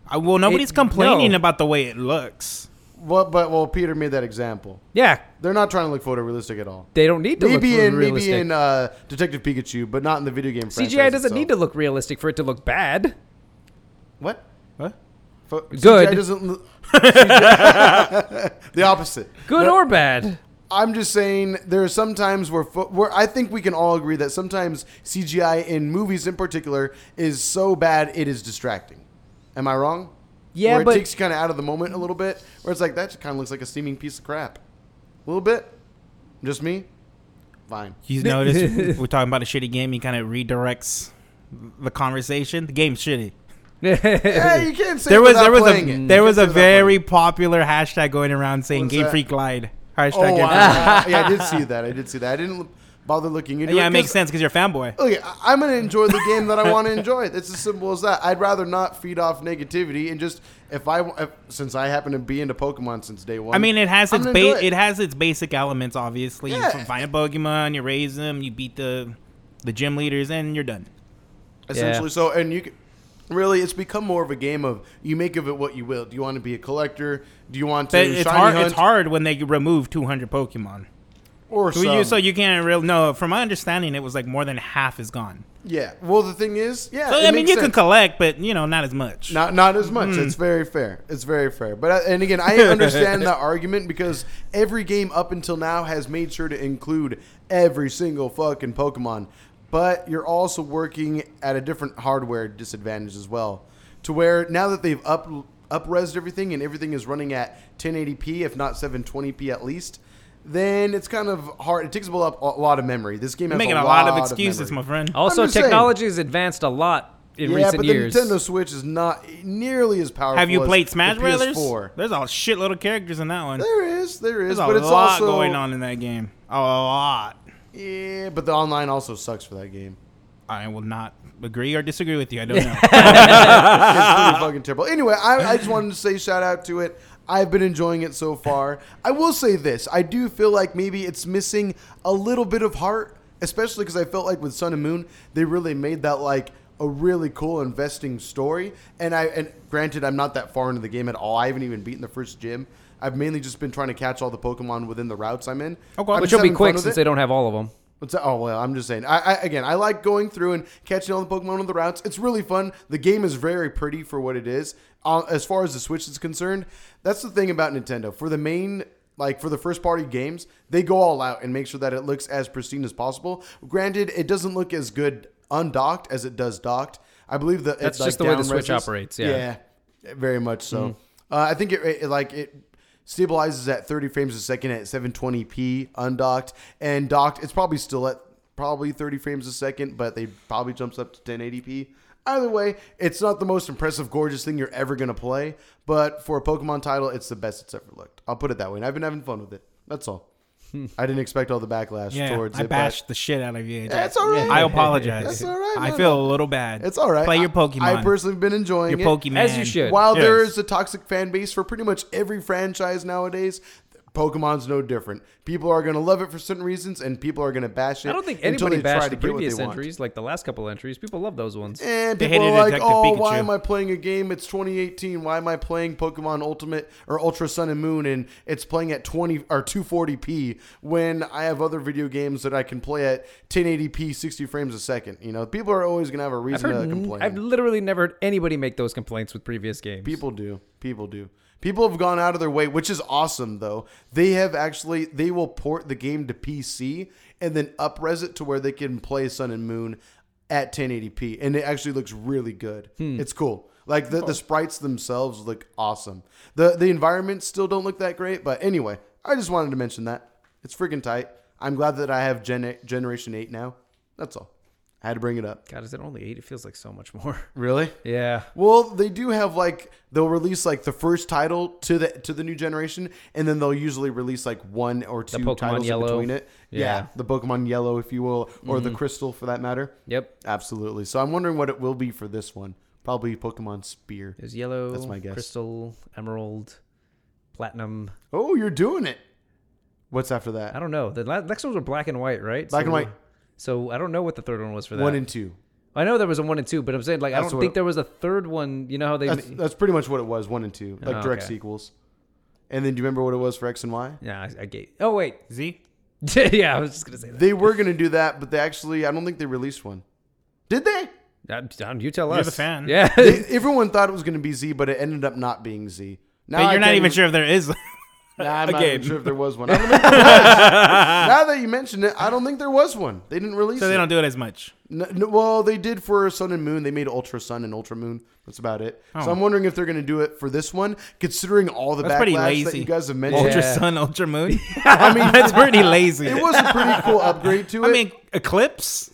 B: I, well, nobody's
C: It-
B: complaining
C: no.
B: about the way it looks.
A: Well, but well, Peter made that example.
C: yeah
A: They're not trying to look photorealistic at all.
C: they don't need to
A: Maybe
C: look
A: in
C: realistic
A: maybe in uh, Detective Pikachu, but not in the video game.
C: cgi doesn't need to look realistic for it to look bad
A: What?
B: What?
A: Fo- CGI
C: Good.
A: doesn't.
C: *laughs*
A: l- *laughs* CGI *laughs* the opposite.
C: good or bad
A: I'm just saying there are some times where, fo- where I think we can all agree that sometimes CGI in movies in particular is so bad it is distracting. Am I wrong?
C: Yeah,
A: where it
C: but- *laughs*
A: takes you kind of out of the moment a little bit, where it's like that just kind of looks like a steaming piece of crap, a little bit. Just me. Fine. *laughs*
B: You notice we're talking about a shitty game. He kind of redirects the conversation. The game's shitty.
A: Yeah, you can't say
B: There was
A: without
B: there was
A: playing
B: a
A: it.
B: there
A: You
B: was a
A: can't say without
B: very popular hashtag going around saying
A: What's
B: Game
A: that?
B: Freak lied. Hashtag
A: playing it. Oh,
B: Game Freak.
A: wow. yeah, *laughs* I did see that. I did see that. I didn't l- bother looking into it.
B: Yeah, it makes
A: 'cause-
B: sense because you're a fanboy.
A: Okay, I- I'm gonna enjoy the game that I want to enjoy. It's as simple as that. I'd rather not feed off negativity and just if I if, since I happen to be into Pokemon since day one.
B: I mean, it has
A: I'm
B: its
A: gonna enjoy
B: ba- it has its basic elements. Obviously,
A: Yeah.
B: you find a Pokemon, you raise them, you beat the the gym leaders, and you're done.
A: essentially. So, and you can, really, it's become more of a game of you make of it what you will. Do you want to be a collector? Do you want to
B: But it's
A: shiny
B: hard.
A: hunt?
B: It's hard when they remove 200 Pokemon.
A: Or
B: So you,
A: some.
B: so you can't really no. From my understanding, it was like more than half is gone.
A: yeah. Well, the thing is, yeah.
B: So
A: it
B: I mean,
A: makes
B: you can
A: sense.
B: collect, but you know, not as much. Mm.
A: Not not as much. It's very fair. It's very fair. But uh, and again, I understand
B: *laughs*
A: that argument because every game up until now has made sure to include every single fucking Pokemon. But you're also working at a different hardware disadvantage as well, to where now that they've up upresed everything and everything is running at 1080p, if not 720p at least. Then it's kind of hard. It takes up a lot- a lot of memory. This game has
B: making
A: a,
B: lot, of excuses,
A: memory.
B: my friend.
C: Also,
A: I'm just saying.
C: technology has advanced a lot in
A: yeah,
C: recent
A: but the
C: years.
A: Nintendo Switch is not nearly as powerful.
B: Have you
A: as
B: played
A: the
B: Smash Brothers?
A: PS4.
B: There's a shitload of characters in that one. There's
A: There is, there is,
B: a
A: but it's
B: lot
A: also
B: going on in that game. A lot.
A: Yeah, but the online also sucks for that game.
B: I will not agree or disagree with you. I don't know.
A: *laughs* It's
C: *laughs*
A: pretty fucking terrible. Anyway, I, I just wanted to say shout out to it. I've been enjoying it so far. I will say this: I do feel like maybe it's missing a little bit of heart, especially because I felt like with Sun and Moon, they really made that like a really cool investing story. And I and granted, I'm not that far into the game at all. I haven't even beaten the first gym. I've mainly just been trying to catch all the Pokemon within the routes I'm in.
B: Okay.
A: I'm
B: Which
A: just
C: which will be
A: having fun
C: quick
A: with
C: since
A: it.
C: they don't have all of them.
A: What's that? Oh well, I'm just saying. I, I again, I like going through and catching all the Pokemon on the routes. It's really fun. The game is very pretty for what it is. Uh, as far as the Switch is concerned, that's the thing about Nintendo. For the main, like for the first party games, they go all out and make sure that it looks as pristine as possible. Granted, it doesn't look as good undocked as it does docked. I believe that
C: That's
A: it, like,
C: just the way the
A: down
C: Switch
A: reses.
C: operates, yeah.
A: yeah, Eh, very much so.
B: Mm.
A: Uh, I think it, it like it stabilizes at 30 frames a second at 720p undocked and docked. It's probably still at probably 30 frames a second, but they probably jumps up to 1080p. Either way, it's not the most impressive, gorgeous thing you're ever gonna play, but for a Pokemon title, it's the best it's ever looked. I'll put it that way, and I've been having fun with it. That's all. I didn't expect all the backlash
B: Hmm. yeah,
A: towards
B: I
A: it. but-
B: bashed the shit out of you.
A: That's all right.
B: I apologize.
A: That's all right,
B: I
A: no,
B: feel a little bad.
A: It's all right.
B: Play your
A: I-
B: Pokemon.
A: I, personally have been enjoying
B: your
A: it.
B: Pokemon.
C: As you should.
A: While there
B: Yes.
A: is a toxic fan base for pretty much every franchise nowadays, Pokemon's no different. People are going to love it for certain reasons, and people are going to bash it.
C: I don't think
A: until
C: anybody
A: they try
C: bashed
A: to
C: the
A: get what
C: previous
A: they want. Eh,
C: entries, like the last couple entries. People love those ones.
A: And
B: They
A: people
B: hated
A: are like,
B: Detective
A: "Oh,
B: Pikachu."
A: why am I playing a game? It's 2018. Why am I playing Pokemon Ultimate or Ultra Sun and Moon, and it's playing at 20 or 240p when I have other video games that I can play at 1080p, 60 frames a second? You know, people are always going to have a
C: I've,
A: reason to
C: heard,
A: complain.
C: I've literally never heard anybody make those complaints with previous games.
A: People do. People do. People have gone out of their way, which is awesome though. They have actually they will port the game to PC and then upres it to where they can play Sun and Moon at 1080p and it actually looks really good. It's cool. Like the, the sprites themselves look awesome. The the environments still don't look that great, but anyway, I just wanted to mention that. It's freaking tight. I'm glad that I have gen- generation 8 now. That's all. I had to bring it up.
C: God, is it only eight? It feels like so much more. *laughs*
A: Really?
C: Yeah.
A: Well, they do have like they'll release like the first title to the to the new generation, and then they'll usually release like one or two
C: Pokemon
A: titles
C: Yellow.
A: in between it. Yeah.
C: Yeah. Mm-hmm.
A: the Pokemon Yellow, if you will, or the Crystal for that matter.
C: Yep.
A: Absolutely. So I'm wondering what it will be for this one. Probably Pokemon Spear.
C: There's yellow,
A: That's my guess.
C: crystal, emerald, platinum.
A: Oh, you're doing it. What's after
C: I
A: that?
C: don't know. The la- next ones were black and white, right?
A: Black and
C: So-
A: white.
C: So I don't know what the third one was for that.
A: One and two.
C: I know there was a one and two, but I'm saying like I
A: That's
C: don't
A: what
C: think
A: it-
C: there was a third one. You know how they?
A: That's
C: ma-
A: that's pretty much what it was. One and two, like
C: Oh,
A: direct
C: okay.
A: sequels. And then do you remember what it was for X and Y?
C: yeah, I, I gate. Oh wait, *laughs*
B: Z.
C: yeah, I was just gonna say that.
A: They were gonna do that, but they actually I don't think they released one. Did they?
C: Uh, Don, you tell
B: You're
C: us.
B: the fan.
C: Yeah.
A: *laughs*
B: *laughs*
A: They- everyone thought it was going to be Z, but it ended up not being Z. Now
B: But
A: I
B: you're not
A: can't
B: even sure if there is. *laughs*
A: Nah, I'm not
B: Again.
A: even sure if there
B: *laughs*
A: was one. I don't think there was. now that you mention it, I don't think there was one. They didn't release
B: so they
A: it.
B: don't do it as much.
A: No, no- well, they did for Sun and Moon. They made Ultra Sun and Ultra Moon. That's about it. So I'm wondering if they're going to do it for this one, considering all the
B: Oh. That's pretty
A: backlash that
B: lazy.
A: you guys have mentioned.
B: Ultra
C: Yeah.
B: Sun, Ultra Moon.
A: *laughs* I mean,
B: *laughs* That's pretty lazy.
A: it was a pretty cool upgrade to it.
B: *laughs* I mean, Eclipse.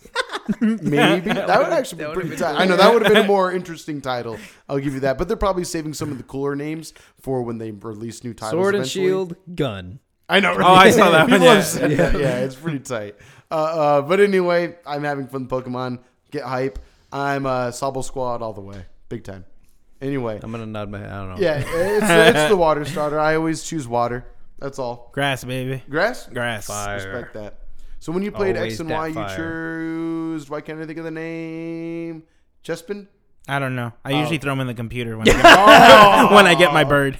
A: Maybe
B: *laughs*
A: that would actually be pretty tight. I know that would have been a more interesting title. I'll give you that. But they're probably saving some of the cooler names for when they release new titles.
C: *laughs* Sword and
A: eventually.
C: shield, gun.
A: I know. Right?
B: Oh, I
A: *laughs*
B: saw that one,
A: People have
B: yeah.
A: said
B: *laughs*
A: that. Yeah, it's pretty tight. Uh, uh, but anyway, I'm having fun. with Pokemon, get hype. I'm uh, Sobble Squad all the way, big time. Anyway,
C: I'm gonna nod my head. I don't know.
A: yeah, it's, it's the water starter. I always choose water. That's all.
B: Grass, baby.
A: Grass.
B: Grass.
C: Fire.
A: Respect that. So when you played
C: Always
A: X and
C: that
A: Y, you
C: fire.
A: chose. Why can't I think of the name? Chespin.
B: I don't know. I usually throw them in the
A: *laughs*
B: computer when I get, *laughs* when I get my bird.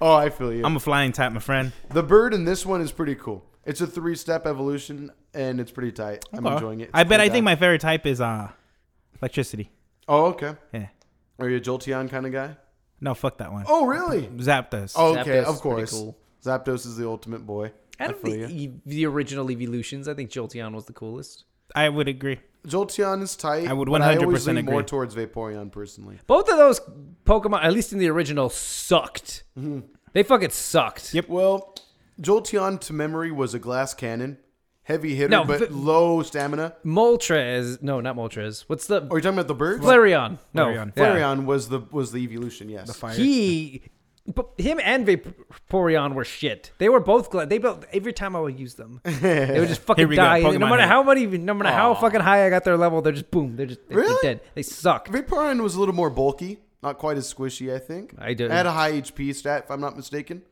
A: oh, I feel you.
B: *laughs* I'm a flying type, my friend.
A: the bird in this one is pretty cool. It's a three step evolution, and it's pretty tight. I'm
B: Okay.
A: enjoying it.
B: I
A: It's
B: bet
A: pretty
B: I think
A: tight.
B: my favorite type is uh, electricity.
A: Oh, okay.
B: Yeah.
A: Are you a Jolteon kind of guy?
B: No, fuck that one.
A: Oh,
B: *laughs*
A: really?
B: Zapdos.
A: Oh,
C: Zapdos
A: okay,
C: is
A: of
C: pretty
A: course.
C: cool.
A: Zapdos is the ultimate boy.
C: Out
A: I
C: of
A: feel
C: the,
A: ya.
C: e- the original evolutions, I think Jolteon was the coolest.
B: I would agree.
A: Jolteon is tight.
B: I would
A: but I always
B: 100%
A: lean more
B: agree.
A: towards Vaporeon personally.
C: Both of those Pokemon, at least in the original, sucked.
A: Mm-hmm.
C: They fucking sucked.
B: Yep.
A: Well, Jolteon to memory was a glass cannon, heavy hitter
C: No,
A: but
C: but-
A: low stamina.
C: Moltres, no, not Moltres. What's the
A: Are you talking about the bird?
C: Flareon? No,
B: Flareon.
C: Yeah.
A: Oh, Flareon was the was the evolution. Yes.
C: He, but him and Vaporeon were shit. They were both glad. They built every time I would use them, they would just
A: *laughs*
B: Here
C: fucking
B: we go,
C: die.
B: Pokemon
C: No matter
B: head.
C: how many, no matter how
A: Aw.
C: fucking high I got their level, they're just boom. They're just they're,
A: Really?
C: they're dead. They suck.
A: Vaporeon was a little more bulky, not quite as squishy. I think.
C: I do-
A: Had a high HP stat, if I'm not mistaken.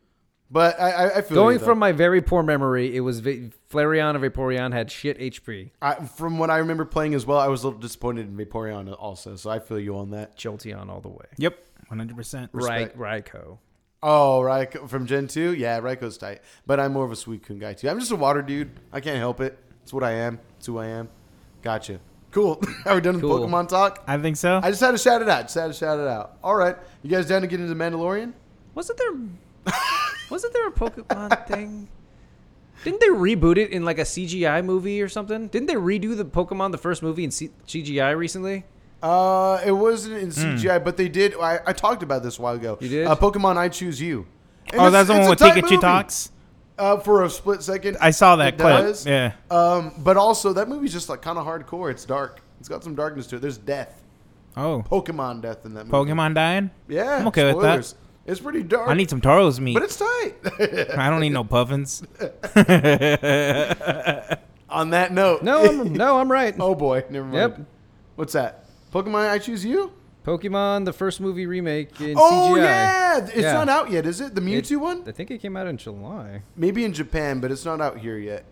A: But I, I, I feel
C: Going
A: you, though.
C: from my very poor memory, it was Va- Flareon and Vaporeon had shit HP.
A: I, from what I remember playing as well, I was a little disappointed in Vaporeon also. So I feel you on that.
C: Jolteon all the way.
B: Yep. One hundred percent.
A: Respect.
C: Right, Raikou.
A: Oh, Raikou from Gen 2? Yeah, Raikou tight. But I'm more of a Suicune guy, too. I'm just a water dude. I can't help it. It's what I am. It's who I am. Gotcha. Cool. *laughs* Are we done with
C: Cool.
A: Pokemon talk?
B: I think so.
A: I just had to shout it out. Just had to shout it out. All right. You guys down to get into Mandalorian?
C: Wasn't there? wasn't there
A: *laughs*
C: a Pokemon thing? Didn't they reboot it in like a CGI movie or something? Didn't they redo the Pokemon the first movie in C- CGI recently?
A: Uh, it wasn't in
B: Hmm.
A: CGI, but they did. I, I talked about this a while ago.
C: You did?
A: Uh, Pokemon I Choose You. And
B: oh,
A: it's-
B: that's the
A: it's
B: one
A: a
B: with
A: tight
B: Pikachu
A: movie.
B: talks.
A: Uh, for a split second.
B: I saw that
A: It
B: clip.
A: does.
B: Yeah.
A: Um, but also, that movie's just like kind of hardcore. It's dark. It's got some darkness to it. There's death.
B: Oh,
A: Pokemon death in that movie.
B: Pokemon dying.
A: Yeah,
B: I'm okay with that.
A: spoilers. It's pretty dark.
B: I need some Tauros meat.
A: but it's tight. *laughs*
B: I don't need no puffins.
A: On that note,
C: No,
A: *laughs*
C: I'm, no, I'm right.
A: oh boy, never mind.
C: Yep.
A: What's that? Pokemon, I choose you.
C: Pokemon the first movie remake in
A: Oh
C: CGI.
A: yeah, it's
C: Yeah.
A: not out yet, is it? The
C: It-
A: Mewtwo one?
C: I think it came out in July.
A: Maybe in Japan, but it's not out here yet.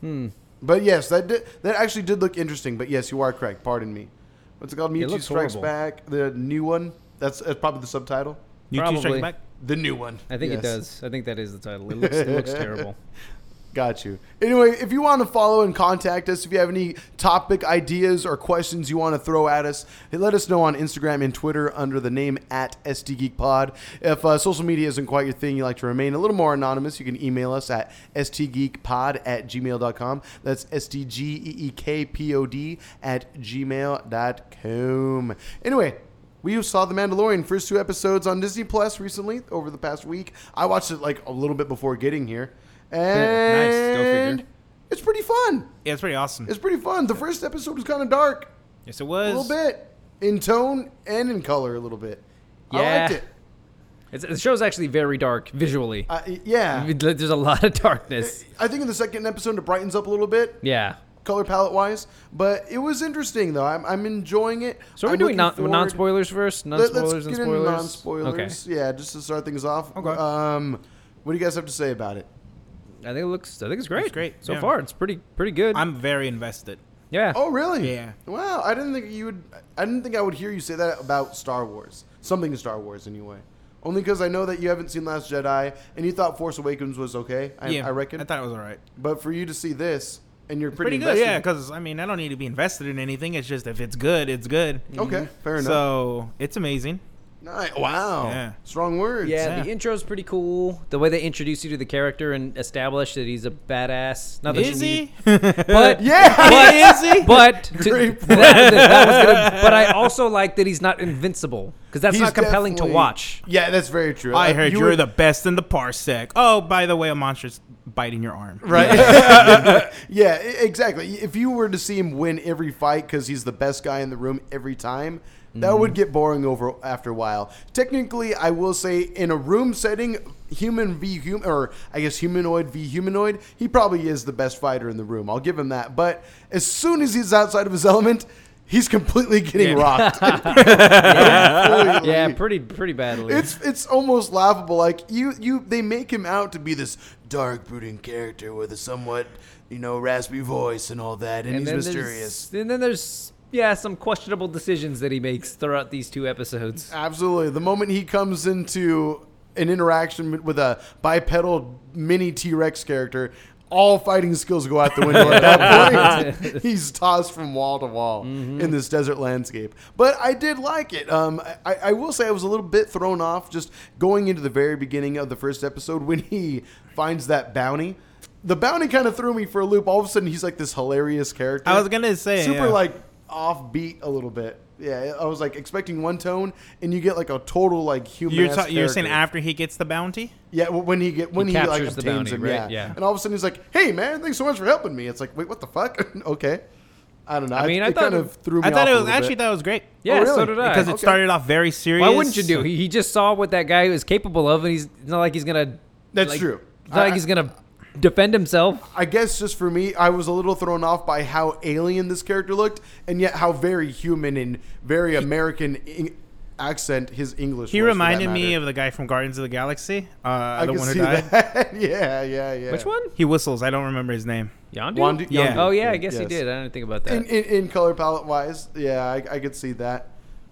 C: Hmm.
A: But yes, that did, that actually did look interesting. But yes, you are correct. Pardon me. What's it called?
C: It
A: Mewtwo
C: looks
A: Strikes
C: horrible.
A: Back, the new one. That's, that's probably the subtitle.
B: You two strike
C: Probably.
B: back.
A: The new one.
C: I think
A: Yes.
C: it does. I think that is the title. It looks, it
A: *laughs*
C: looks terrible.
A: Got you. Anyway, if you want to follow and contact us, if you have any topic ideas or questions you want to throw at us, let us know on Instagram and Twitter under the name at STGeekPod. If uh, social media isn't quite your thing, you like to remain a little more anonymous, you can email us at stgeekpod at gmail.com. That's E S-T-G-E-E-K-P-O-D at gmail.com. Anyway, we saw The Mandalorian first two episodes on Disney Plus recently over the past week. I watched it like a little bit before getting here.
C: Nice, go figure.
A: And it's pretty fun.
B: Yeah, it's pretty awesome.
A: It's pretty fun. The first episode was kind of dark,
B: yes, it
A: a
B: was.
A: little bit in tone and in color, a little bit. I liked
C: Yeah.
A: it.
C: It's, the show's actually very dark visually.
A: I, yeah,
C: There's a lot of darkness.
A: I think in the second episode it brightens up a little bit,
C: Yeah.
A: color palette wise. But it was interesting though. I'm, I'm enjoying it.
C: So are we
A: I'm
C: doing
A: looking
C: non
A: forward-
C: non spoilers first? Non
A: Let-
C: spoilers and
A: let's get
C: spoilers.
A: into non-spoilers.
C: Okay.
A: Yeah, just to start things off.
B: Okay.
A: Um, what do you guys have to say about it?
C: I think it looks. I think it's great.
B: It's great,
C: So
B: yeah.
C: far, it's pretty pretty good.
B: I'm very invested.
C: yeah.
A: Oh, really?
B: Yeah.
A: Wow, I didn't think you would. I didn't think I would hear you say that about Star Wars. Something Star Wars, anyway. Only because I know that you haven't seen Last Jedi and you thought Force Awakens was okay. I,
B: yeah,
A: I reckon.
B: I thought it was alright.
A: but for you to see this and you're pretty,
B: Pretty, good. Yeah,
A: invested-
B: because I mean, I don't need to be invested in anything. It's just if it's good, it's good.
A: Mm-hmm.
B: Mm-hmm.
A: Okay. Fair enough.
B: So it's amazing.
A: Nice. Wow.
B: Yeah.
A: Strong words.
C: yeah,
B: yeah.
C: the intro's pretty cool. The way they introduce you to the character and establish that he's a badass. Not that you
B: Is
C: need-
B: he? *laughs*
A: *laughs*
C: But
A: Yeah.
C: But,
B: Is he?
A: *laughs*
C: But to-
A: Great
C: that- that was gonna- but I also like that he's not invincible because that's
A: He's
C: not compelling
A: definitely-
C: to watch.
A: Yeah, that's very true.
B: I
A: Uh,
B: heard
A: you
B: you
A: were-
B: are the best in the parsec. Oh, by the way, a monster's biting your arm.
A: Right. yeah, e- exactly. If you were to see him win every fight because he's the best guy in the room every time, that would get boring over after a while. Technically, I will say in a room setting, human v human, or I guess humanoid v humanoid, he probably is the best fighter in the room. I'll give him that. But as soon as he's outside of his element, he's completely getting
B: Yeah.
A: rocked. Completely.
C: Yeah, pretty pretty badly.
A: It's it's almost laughable. Like you you they make him out to be this dark brooding character with a somewhat you know raspy voice and all that, and, he's
C: then
A: mysterious.
C: there's- And then there's yeah some questionable decisions that he makes throughout these two episodes.
A: Absolutely. The moment he comes into an interaction with a bipedal mini T Rex character. all fighting skills go out the window at
B: *laughs*
A: that point. He's tossed from wall to wall
B: Mm-hmm.
A: in this desert landscape. But I did like it. Um, I, I will say I was a little bit thrown off just going into the very beginning of the first episode when he finds that bounty. The bounty kind of threw me for a loop. All of a sudden, he's like this hilarious character.
B: *laughs* I was gonna say,
A: super
B: yeah.
A: like offbeat a little bit. Yeah, I was like expecting one tone, and you get like a total like human.
B: You're, ta- you're saying after he gets the bounty?
A: Yeah, well, when he get when he, like
C: captures the
A: obtains
C: bounty,
A: him,
C: right?
A: yeah.
C: Yeah.
A: And all of a sudden he's like, "Hey, man, thanks so much for helping me." It's like, wait, what the fuck? *laughs* okay, I don't know.
C: I mean,
A: it
C: I thought
A: kind
C: it-
A: of threw me.
B: I
A: off
B: thought it
A: a
B: was
A: little
B: actually
A: bit. Oh,
B: that was great
C: Yeah,
A: really?
C: so did I.
B: because it
A: Okay.
B: started off very serious.
C: Why wouldn't you do? He, he just saw what that guy was capable of, and he's it's not like he's gonna.
A: That's
C: like-
A: true.
C: It's not
A: I-
C: like he's gonna defend himself.
A: I guess just for me, I was a little thrown off by how alien this character looked, and yet how very human and very American in- accent his English.
B: He
A: was, for that
B: reminded me
A: matter.
B: of the guy from Guardians of the Galaxy, uh,
A: I
B: the
A: can
B: one who
A: see
B: died.
A: that. *laughs* yeah, yeah, yeah.
C: Which one?
B: He whistles. I don't remember his name.
C: Yondu.
A: Wandu-
B: Yeah.
A: Yondu.
C: Oh yeah, I guess he
A: Yes.
C: did. I didn't think about that.
A: in, in, in color palette wise, yeah, I, I could see that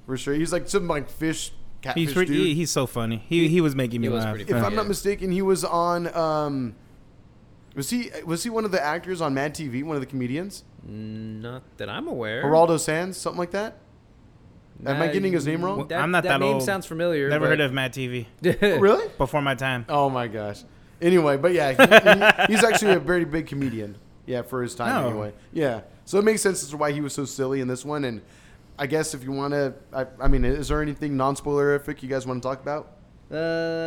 A: for sure. He's like some like fish catfish
B: He's pretty,
A: dude.
B: he- he's so funny. He he was making me
C: was
B: laugh.
C: pretty
A: if
C: funny.
A: I'm
C: Yeah.
A: not mistaken, he was on. Um, was he was he one of the actors on Mad TV? One of the comedians,
C: not that I'm aware.
A: Geraldo Sands, something like that. Am I getting his name wrong?
B: Well, I'm not that
C: name
B: old.
C: sounds familiar.
B: Never
C: but-
B: heard of Matt TV
A: really?
B: before my time.
A: Oh my gosh. Anyway, but yeah, he-
C: *laughs*
A: he- he's actually a very big comedian. Yeah, for his time
C: Oh.
B: No.
A: anyway. Yeah, so it makes sense as to why he was so silly in this one. And I guess if you want to, I, I mean, is there anything non-spoilerific you guys want to talk about?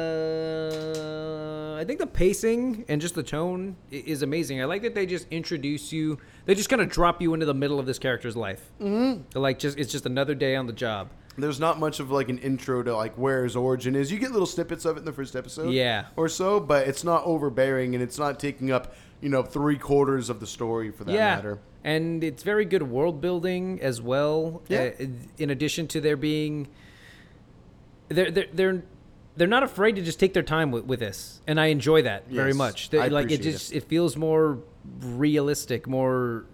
C: Uh, I think the pacing and just the tone i- is amazing. I like that they just introduce you. They just kind of drop you into the middle of this character's life. Mm-hmm. Like just it's just another day on the job.
A: there's not much of like an intro to like where his origin is. You get little snippets of it in the first episode,
C: Yeah.
A: or so, but it's not overbearing and it's not taking up you know three quarters of the story for that
C: yeah.
A: matter.
C: And it's very good world building as well.
A: Yeah.
C: Uh, in addition to there being, they're they're they're they're not afraid to just take their time with, with this, and I enjoy that very
A: Yes,
C: much.
A: I
C: They, like it
A: appreciate
C: just it feels more realistic, more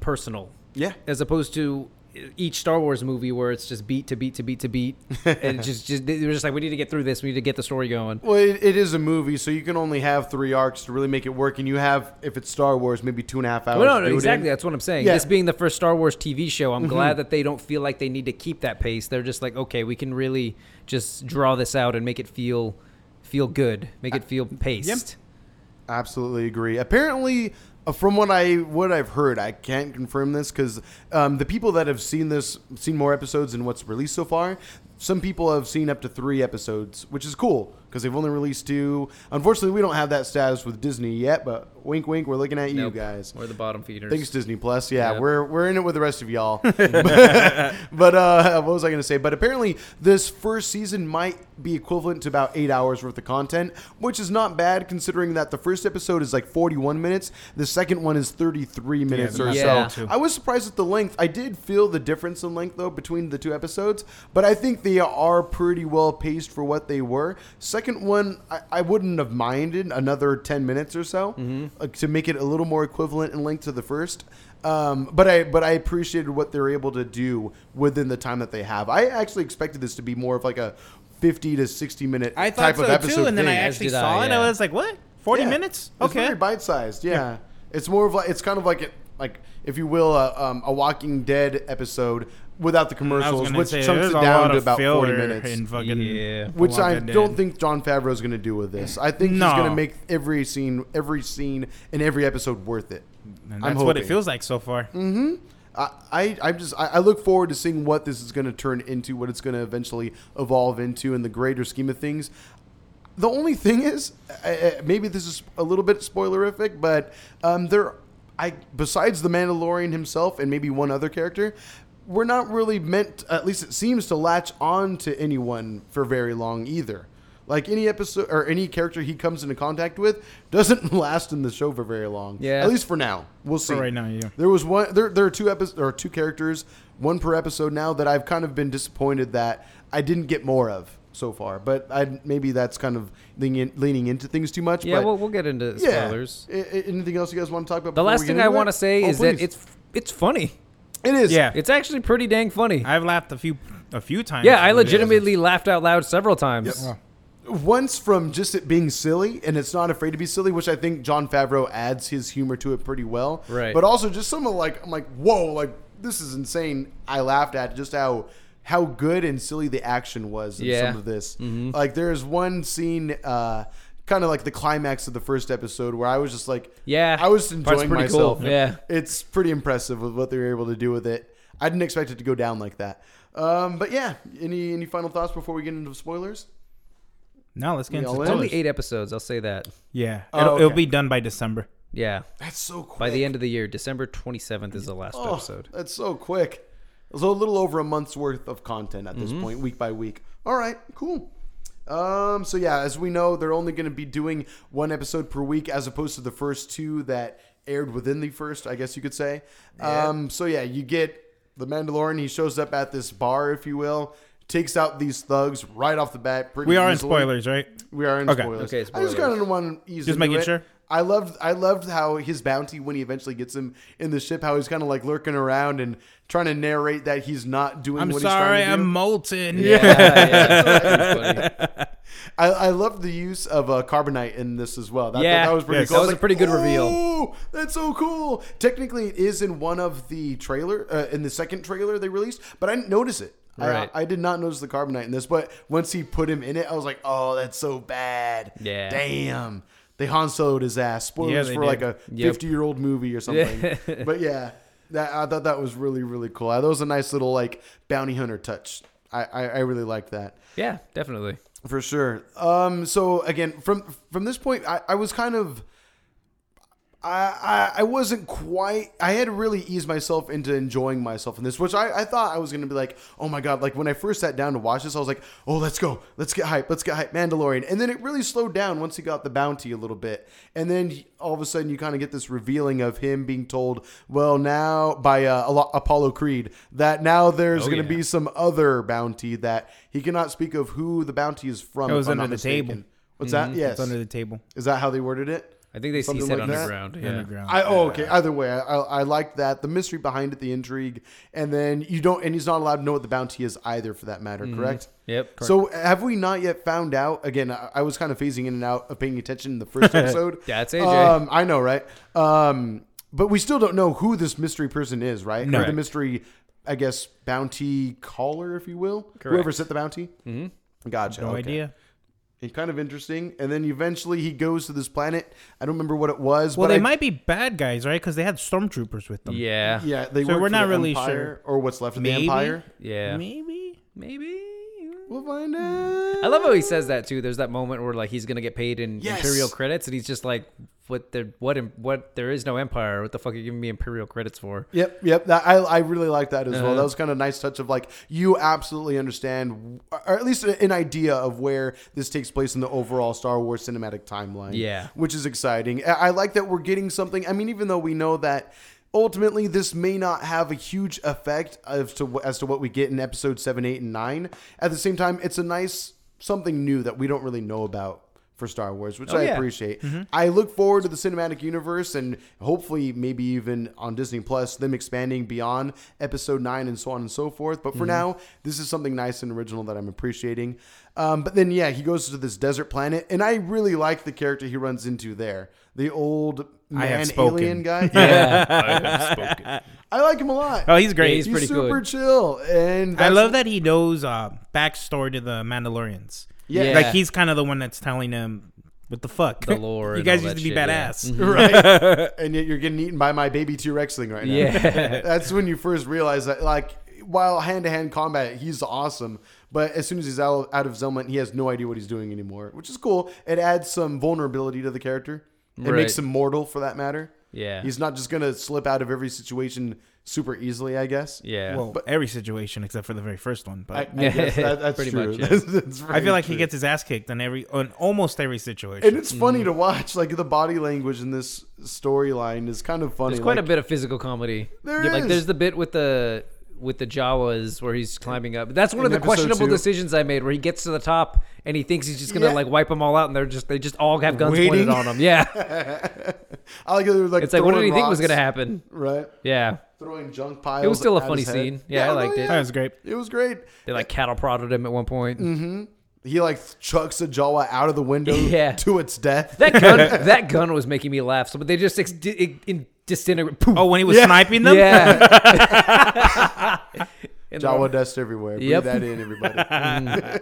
C: personal.
A: Yeah.
C: As opposed to uh, each Star Wars movie where it's just beat to beat to beat to
A: *laughs*
C: beat, and it just just they're just like we need to get through this, we need to get the story going.
A: Well, it, it is a movie, so you can only have three arcs to really make it work, and you have if it's Star Wars, maybe two and a half hours.
C: Well,
A: to
C: no,
A: do
C: no,
A: it
C: exactly.
A: in.
C: That's what I'm saying.
A: Yeah. Mm-hmm.
C: This being the first Star Wars TV show, I'm glad that they don't feel like they need to keep that pace. They're just like, okay, we can really just draw this out and make it feel feel good, make it feel paced.
A: Absolutely agree. Apparently, uh, from what I what I've heard, I can't confirm this because um, the people that have seen this seen more episodes than what's released so far. Some people have seen up to three episodes, which is cool because they've only released two. Unfortunately, we don't have that status with Disney yet, but wink, wink, we're looking at you guys.
C: We're the bottom feeders.
A: Thanks, Disney Plus. Yeah,
C: Yeah.
A: we're we're in it with the rest of y'all. *laughs*
B: *laughs*
A: but uh, what was I going to say? But apparently, this first season might be equivalent to about eight hours worth of content, which is not bad considering that the first episode is like forty-one minutes, the second one is thirty-three minutes
B: not
A: or
C: Yeah.
A: so.
B: too.
A: I was surprised at the length. I did feel the difference in length though between the two episodes, but I think they are pretty well paced for what they were. Second one, I, I wouldn't have minded another ten minutes or so
B: Mm-hmm.
A: uh, to make it a little more equivalent in length to the first. Um, but I but I appreciated what they're able to do within the time that they have. I actually expected this to be more of like a fifty to sixty minute
B: I thought
A: type
B: so
A: of episode
B: too, and then I
A: thing.
B: actually
C: did I,
B: saw it. and I
C: yeah.
B: was like, "What? Forty
A: Yeah.
B: minutes?
A: It's
B: Okay."
A: very bite sized. Yeah. it's more of like it's kind of like it, like if you will, a, um, a Walking Dead episode without the commercials,
B: Mm, gonna
A: which
B: say,
A: chunks
B: there's
A: it
B: a
A: down
B: lot
A: to
B: of
A: about forty
B: filler
A: minutes.
B: in fucking
C: Yeah.
B: The
A: which I
B: Walking Dead.
A: don't think John Favreau is going to do with this. I think he's
B: No.
A: going to make every scene, every scene, and every episode worth it.
B: And
A: I'm
B: that's what
A: hoping.
B: it
A: Mm-hmm.
B: feels like so far.
A: I, I, I'm just I, I look forward to seeing what this is going to turn into, what it's going to eventually evolve into in the greater scheme of things. The only thing is, uh, uh, maybe this is a little bit spoilerific, but um, there, I besides the Mandalorian himself and maybe one other character, we're not really meant. At least it seems to latch on to anyone for very long either. Like any episode or any character he comes into contact with doesn't *laughs* last in the show for very long.
C: Yeah.
A: at least for now. We'll see.
B: right now, yeah.
A: There was one. There, there are two episodes or two characters, one per episode now that I've kind of been disappointed that I didn't get more of so far. But I maybe that's kind of leaning, leaning into things too much.
C: yeah,
A: but
C: well, we'll get into
A: yeah.
C: spoilers.
A: I- I- anything else you guys want to talk about?
C: The
A: before
C: last
A: we get
C: thing
A: into
C: I
A: that?
C: want to say
A: Oh,
C: is that
A: please.
C: it's it's funny.
A: it is
B: Yeah.
C: It's actually pretty dang funny.
B: I've laughed a few a few times.
C: yeah, I
B: legitimately.
C: legitimately laughed out loud several times.
A: Yep. once from just it being silly and it's not afraid to be silly, which I think John Favreau adds his humor to it pretty well.
C: Right.
A: But also just some of like I'm like, whoa, like this is insane. I laughed at just how how good and silly the action was in
C: Yeah. Mm-hmm.
A: some of this. Like there is one scene uh kind of like the climax of the first episode where I was just like
C: Yeah.
A: I was
C: Part's
A: enjoying
C: pretty cool.
A: myself.
C: Yeah.
A: It's pretty impressive with what they were able to do with it. I didn't expect it to go down like that. Um, but yeah, any any final thoughts before we get into spoilers?
B: No, let's get
A: We
B: into
A: all
B: the
A: in?
B: spoilers.
C: Only eight episodes. I'll say that.
B: Yeah,
A: Oh,
B: it'll, it'll
A: okay.
B: be done by December.
C: Yeah.
A: That's so quick.
C: By the end of the year, December 27th is the last
A: Oh, *laughs*
C: episode.
A: That's so quick. So a little over a month's worth of content at
C: Mm-hmm.
A: this point, week by week. All right, cool. Um, so yeah, as we know, they're only going to be doing one episode per week, as opposed to the first two that aired within the first, I guess you could say. Um, so yeah, you get the Mandalorian. He shows up at this bar, if you will, takes out these thugs right off the bat. Pretty
B: We are in
A: easily.
B: spoilers, right?
A: We are in
B: Okay.
A: spoilers.
C: Okay,
A: I just kind of want to ease into
B: making
A: it.
B: sure.
A: I loved I loved how his bounty when he eventually gets him in the ship, how he's kind of like lurking around and trying to narrate that he's not doing.
B: I'm
A: what
B: sorry,
A: he's trying to
B: I'm
A: do.
B: molten.
C: Yeah, yeah, that's *laughs* pretty funny.
A: I, I loved the use of uh, carbonite in this as well. That,
C: Yeah.
A: that was pretty
B: Yes.
A: cool.
B: That
A: I
C: was a pretty good reveal.
A: "Ooh, That's so cool. Technically, it is in one of the trailer uh, in the second trailer they released, but I didn't notice it. I-
C: Right.
A: I, did not notice the carbonite in this, but once he put him in it, I was like, "Oh, that's so bad.
C: Yeah.
A: damn." They Han Soloed his ass. Spoilers
B: they
A: for
B: did.
A: like a
C: Yep.
A: fifty-year-old movie or something.
C: *laughs*
A: but yeah, that, I thought that was really really cool. That was a nice little like bounty hunter touch. I I, I really liked that.
C: yeah, definitely.
A: For sure. Um, so again, from from this point, I, I was kind of, I, I I wasn't quite. I had to really ease myself into enjoying myself in this, which I, I thought I was gonna be like, oh my god, like when I first sat down to watch this, I was like, oh let's go, let's get hype, let's get hype, Mandalorian, and then it really slowed down once he got the bounty a little bit, and then he- all of a sudden you kind of get this revealing of him being told, well now by uh, Alo- Apollo Creed that now there's
B: Oh,
A: gonna
C: yeah.
A: be some other bounty that he cannot speak of who the bounty is from.
B: It was
A: if I'm
B: under
A: not
B: the
A: mistaken.
B: table. Mm-hmm.
A: What's that? Yes.
B: It's under the table.
A: Is that how they worded it?
C: I think they see
A: Something
C: said
A: like that?
C: underground. Yeah.
B: Underground.
A: I oh okay. Either way, I, I, I like that the mystery behind it, the intrigue, and then you don't, and he's not allowed to know what the bounty is either, for that matter. Correct.
C: Yep. correct.
A: So have we not yet found out? Again, I, I was kind of phasing in and out of paying attention in the first episode.
C: That's AJ.
A: Um, I know, right? Um, but we still don't know who this mystery person is, right? Or the
C: Correct.
A: mystery, I guess, bounty caller, if you will, whoever set the bounty. Mm-hmm. Gotcha.
B: No
A: okay.
B: idea.
A: And kind of interesting. And then eventually he goes to this planet. I don't remember what it was.
B: Well,
A: but
B: they
A: I-
B: might be bad guys, right? Because they had stormtroopers with them.
C: yeah.
B: *laughs*
A: Yeah, they
B: So
A: work
B: we're
A: for
B: not
A: the
B: really
A: Empire, or what's left of
B: Maybe.
A: the Empire.
C: Yeah.
B: Maybe.
C: Maybe.
A: We'll find out.
C: I love how he says that too. There's that moment where like he's gonna get paid in
A: Yes.
C: imperial credits, and he's just like, "What the what im- what? There is no empire. What the fuck are you giving me imperial credits for?"
A: Yep, yep. That, I I really like that as
B: Uh-huh.
A: well. That was kind of nice touch of like you absolutely understand, or at least an idea of where this takes place in the overall Star Wars cinematic timeline.
C: Yeah.
A: which is exciting. I, I like that we're getting something. I mean, even though we know that. Ultimately, this may not have a huge effect as to wh- as to what we get in episode seven, eight, and nine. At the same time, it's a nice something new that we don't really know about for Star Wars,
B: Oh,
A: which I
C: yeah.
A: appreciate appreciate.
B: Mm-hmm.
A: I look forward to the cinematic universe and hopefully maybe even on Disney Plus them expanding beyond episode 9 and so on and so forth.
B: Mm-hmm.
A: But for now, this is something nice and original that I'm appreciating. Um, but then yeah, he goes to this desert planet and I really like the character he runs into there. The old
B: I have
A: man
B: spoken.
A: alien
B: *laughs*
A: guy.
D: I have spoken.
A: I like him a lot.
B: Oh, he's great.
C: he's
A: He's
C: pretty
A: super
C: good.
A: chill and
B: I
A: that's-
B: love that he knows uh, backstory to the Mandalorians.
A: Yeah.
B: Like he's kind of the one that's telling him what the fuck.
C: The lore
B: *laughs* you
C: and
B: guys
C: all
B: used
C: that
B: to be
C: shit,
B: *laughs*
C: yeah. Mm-hmm.
B: badass.
A: right? and yet you're getting eaten by my baby T Rex thing right now.
C: Yeah.
A: *laughs*
C: *laughs*
A: that's when you first realize that, like, while hand to hand combat, he's awesome. But as soon as he's out, out of Zelman, he has no idea what he's doing anymore, which is cool. It adds some vulnerability to the character. It
C: Right.
A: makes him mortal, for that matter.
C: Yeah.
A: he's not just gonna slip out of every situation super easily. I guess.
C: Yeah.
B: Well, every situation except for the very first one, but
A: I, I
B: I,
A: guess that, that's
C: *laughs* Pretty
A: true.
C: much, yeah.
A: That's- *laughs* that's very
B: feel like
A: true.
B: he gets his ass kicked in every on almost every situation.
A: And it's
C: Mm.
A: funny to watch. Like the body language in this storyline is kind of funny.
C: There's quite
A: like,
C: a bit of physical comedy.
A: There
C: like
A: is.
C: there's the bit with the with the Jawas where he's climbing up. That's one of
A: In
C: the
A: episode
C: questionable
A: two.
C: decisions I made where he gets to the top and he thinks he's just gonna
A: Yeah.
C: like wipe them all out and they're just they just all have guns
A: Waiting.
C: pointed on
A: *laughs*
C: them. Yeah.
A: I like, how they're, like
C: It's like what did
A: throwing
C: he think was
A: rocks,
C: gonna happen?
A: Right.
C: Yeah.
A: throwing junk piles.
C: It was still a
A: at
C: funny
A: his head.
C: scene. Yeah,
A: no,
C: I liked it.
B: that was great.
A: It was great. Mm-hmm.
C: They like cattle prodded him at one point.
A: He like chucks a Jawa out of the window
C: *laughs* Yeah.
A: to its death.
C: That gun, that gun was making me laugh. So, but they just ex- di- in- in- disintegrate. Poof.
A: *laughs*
B: Oh, when he was
C: *laughs*
B: sniping them? *laughs*
C: yeah. *laughs* And
A: *laughs* Jawa dust everywhere.
C: Yep.
A: Breathe that in, everybody.
C: *laughs*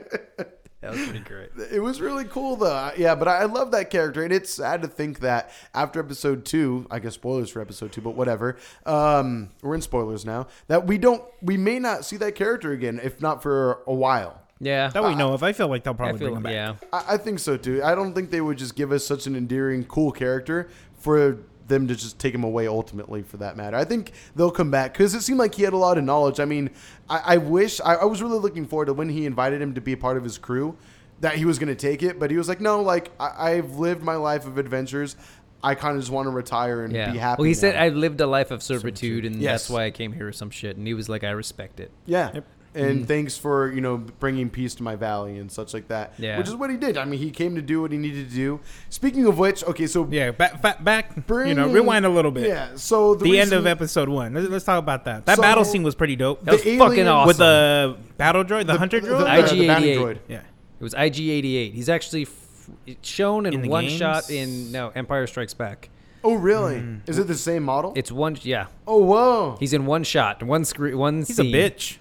C: That was pretty great.
A: it was really cool though. Yeah, but I, I love that character, and it's sad to think that after episode two, I guess spoilers for episode two, but whatever. Um, we're in spoilers now. That we don't, we may not see that character again, if not for a while.
C: Yeah.
B: That we know of. I feel like they'll
C: I
B: probably
C: feel-
B: bring him back.
C: yeah.
A: I, I think so too. I don't think they would just give us such an endearing, cool character for them to just take him away ultimately for that matter. I think they'll come back because it seemed like he had a lot of knowledge. I mean, I, I wish I, I was really looking forward to when he invited him to be a part of his crew that he was going to take it, but he was like, no, like I, I've lived my life of adventures. I kind of just want to retire and
C: Yeah.
A: be happy.
C: well, he
A: now."
C: said, "I lived a life of servitude, and
A: Yes.
C: that's why I came here or some shit." And he was like, "I respect it."
A: Yeah. And
C: Mm.
A: thanks for, you know, bringing peace to my valley and such like that.
C: Yeah.
A: Which is what he did. I mean, he came to do what he needed to do. Speaking of which, okay, so
B: Yeah, back, back, back you know,
A: Bring-
B: rewind a little bit.
A: Yeah. So
B: The end of
A: reason-
B: episode one. Let's, let's talk about that. That
A: So-
B: battle scene was pretty dope.
C: That was
A: The
C: fucking
A: alien-
C: awesome.
B: With the battle droid, the, hunter
A: the-
B: droid?
A: the-
C: IG-88.
A: the bounty droid.
B: yeah.
C: It was IG88. He's actually f- shown in,
B: In the
C: one
B: games?
C: shot in no Empire Strikes Back.
A: Oh, really?
B: Mm.
A: Is it the same model?
C: It's one. Yeah,
A: oh, whoa. *laughs*
C: he's in one shot, one screen, one
B: He's
C: scene.
B: a bitch.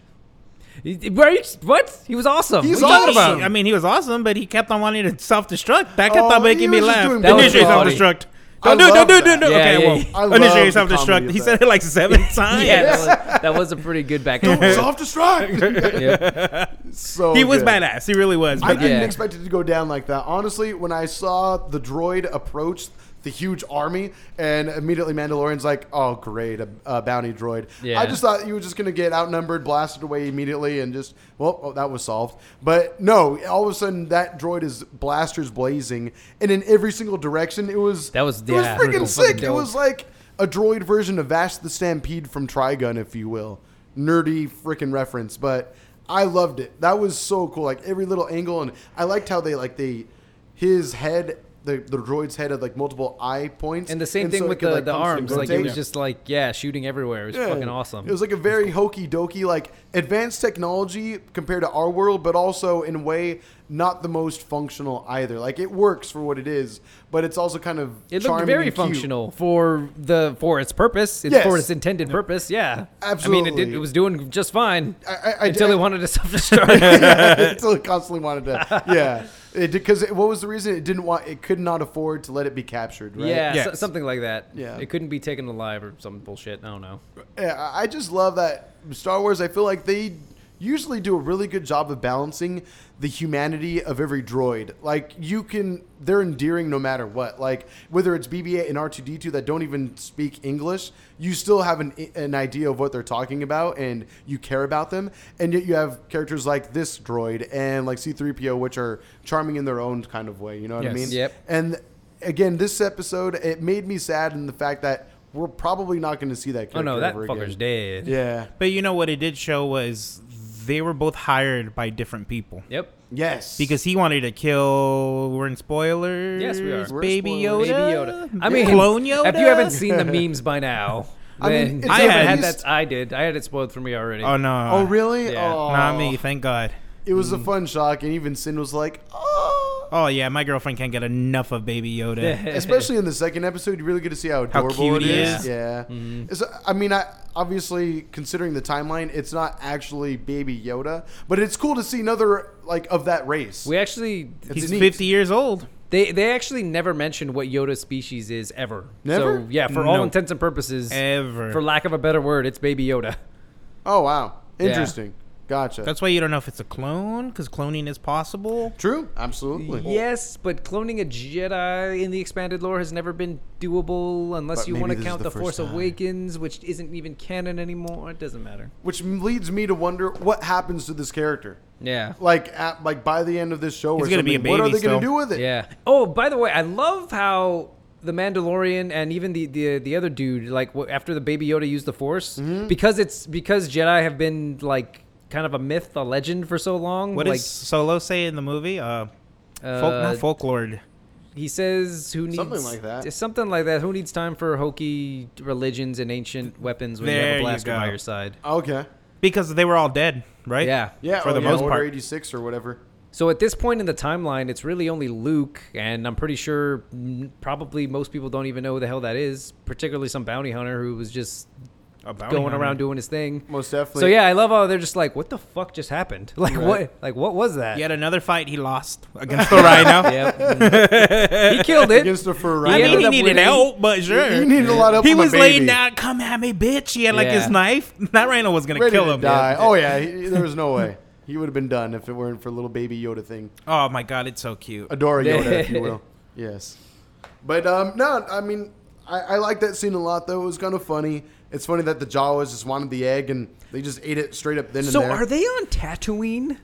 C: He- where you- what? He was awesome.
A: He's
C: What are you talking
A: awesome.
C: about?
B: I mean, he was awesome, but he kept on wanting to self destruct. That kept
A: Oh,
B: on
A: he
B: making me
A: was just
B: laugh.
A: doing
C: That was
B: Initiate self
C: funny.
B: destruct.
A: I
B: Don't do,
A: love
B: don't do,
A: that.
B: don't do.
C: Yeah,
B: Okay,
C: yeah,
B: well,
C: yeah.
A: I
B: initiate
A: love
B: self
A: the comedy
B: destruct.
A: of
B: He
A: that.
B: said it
A: *laughs*
B: like seven times.
C: yeah, that, was, that was a pretty good back and forth.
A: Self
B: *laughs*
A: destruct.
C: Yeah.
A: so
B: He was
A: good.
B: badass. He really was.
A: I
B: But
A: didn't
C: Yeah.
A: expect it to go down like that. Honestly, when I saw the droid approach the huge army, and immediately Mandalorian's like, "Oh, great, a, a bounty droid."
C: Yeah.
A: I just thought you were just gonna get outnumbered, blasted away immediately, and just well, oh, that was solved. But no, all of a sudden that droid is blasters blazing, and in every single direction, it was
C: That was-
A: it was
C: yeah,
A: freaking
C: freaking
A: sick. It
C: dope.
A: was like a droid version of Vash the Stampede from Trigun, if you will. Nerdy freaking reference, but I loved it. That was so cool. Like every little angle, and I liked how they like they his head, the the droid's head had like multiple eye points,
C: And the same
A: so
C: thing
A: it
C: with
A: could,
C: the,
A: like,
C: the
A: constantly
C: arms. Like it
A: rotate.
C: was just like yeah, shooting everywhere. It was
A: Yeah.
C: fucking awesome.
A: It was like a very hokey dokey, like advanced technology compared to our world, but also in a way not the most functional either. Like it works for what it is, but it's also kind of
C: it looked
A: charming
C: very
A: and cute.
C: functional for the for its purpose, it's
A: Yes.
C: for its intended purpose. Yeah, I mean, it,
A: Absolutely.
C: did, it was doing just fine
A: I, I, I
C: until
A: did-
C: they wanted to *laughs*
A: *laughs*
C: self destruct.
A: until it constantly wanted to. Yeah, because what was the reason it didn't want? It could not afford to let it be captured. Right?
C: Yeah, so-
B: Yes.
C: something like that.
A: Yeah.
C: it couldn't be taken alive or some bullshit. I don't know.
A: Yeah, I I just love that Star Wars. I feel like they usually do a really good job of balancing the humanity of every droid. Like you can, they're endearing no matter what. Like whether it's BB-8 and R2D2 that don't even speak English, you still have an an idea of what they're talking about and you care about them. And yet you have characters like this droid and like C3PO, which are charming in their own kind of way. You know what I
B: Yes.
A: mean?
C: Yep.
A: And again, this episode it made me sad in the fact that. We're probably not going to see that
C: Oh no,
A: character
C: that
A: ever
C: fucker's
A: again.
C: dead.
A: Yeah.
B: But you know what it did show was they were both hired by different people.
C: Yep.
A: Yes.
B: Because he wanted to kill. We're in spoilers.
C: Yes, we are.
A: We're
B: Baby Yoda.
A: spoilers.
C: Baby Yoda. I mean,
B: clone Yoda.
C: If you
A: *laughs*
C: haven't seen the memes by now,
A: I mean,
C: then
A: it's
C: I
B: at
C: had, had
A: least-
C: that. I did. I had it spoiled for me already.
B: Oh no.
A: Oh really?
C: Yeah.
A: Oh,
B: Not me. Thank God.
A: It was
B: mm.
A: a fun shock, and even Sin was like, "Oh."
B: Oh yeah, my girlfriend can't get enough of Baby Yoda.
A: Especially in the second episode, you really get to see how
B: How
A: adorable
B: cute
A: it
B: he
A: is.
B: is. Mm-hmm.
A: Yeah. It's- I mean, I obviously considering the timeline, it's not actually Baby Yoda, but it's cool to see another like of that race.
C: We actually
A: It's
B: He's
A: neat.
B: fifty years old.
C: they they actually never mentioned what Yoda's species is ever.
A: Never?
C: So yeah, for all
B: No.
C: intents and purposes,
B: Ever.
C: for lack of a better word, it's Baby Yoda.
A: Oh wow, interesting. Gotcha.
B: That's why you don't know if it's a clone, because cloning is possible.
A: true. Absolutely.
C: Yes, but cloning a Jedi in the expanded lore has never been doable unless
A: But
C: you
A: maybe
C: want to
A: this is
C: count
A: the
C: the
A: first
C: Force
A: time.
C: Awakens, which isn't even canon anymore. It doesn't matter.
A: Which leads me to wonder what happens to this character.
C: Yeah.
A: Like at, like by the end of this show,
B: He's
A: or
B: gonna be a
A: something, what are
B: baby
A: they going
B: still.
A: to do with it?
C: Yeah. Oh, by the way, I love how the Mandalorian and even the the, the other dude, like wh- after the Baby Yoda used the Force,
A: Mm-hmm.
C: because it's because Jedi have been like kind of a myth, a legend for so long.
B: What does
C: like
B: Solo say in the movie? Uh, folk,
C: Uh,
B: no, folklore.
C: he says, who needs
A: Something like that.
C: it's Something like that. Who needs time for hokey religions and ancient weapons when you
B: There
C: have a
B: you
C: blaster by
B: go.
C: your side?
A: Okay.
B: Because they were all dead, right?
C: Yeah.
A: Yeah.
B: For
A: oh,
B: the
A: yeah,
B: most
A: Order
B: part.
A: eighty six or whatever.
C: So at this point in the timeline, it's really only Luke, and I'm pretty sure mm, probably most people don't even know who the hell that is, particularly some bounty hunter who was just
B: Oh,
C: going around doing his thing.
A: Most definitely.
C: So yeah, I love how they're just like, "What the fuck just happened? *laughs* Like what? Like what was that?"
B: Yet another fight he
C: *laughs*
B: lost against the Rhino.
C: Yep. *laughs*
A: *laughs*
C: he killed it.
A: Against the fur
B: I
A: right.
C: ended
B: mean, he
C: up
B: needed
C: winning.
B: help, but sure.
A: He needed a lot of
B: He
A: help on
B: was
A: the baby.
B: laying down, come at me, bitch. He had like his
C: Yeah.
B: knife. *laughs* That Rhino was gonna
A: Ready
B: kill
A: to
B: him.
A: die. Oh yeah, he, there was no *laughs* way he would have been done if it weren't for little baby Yoda thing.
B: Oh my god, it's so cute.
A: Adora Yoda, if you will. *laughs* Yes. But um, no, I mean, I, I like that scene a lot though. It was kind of funny. It's funny that the Jawas just wanted the egg and they just ate it straight up then
C: So
A: and there.
C: are they on Tatooine?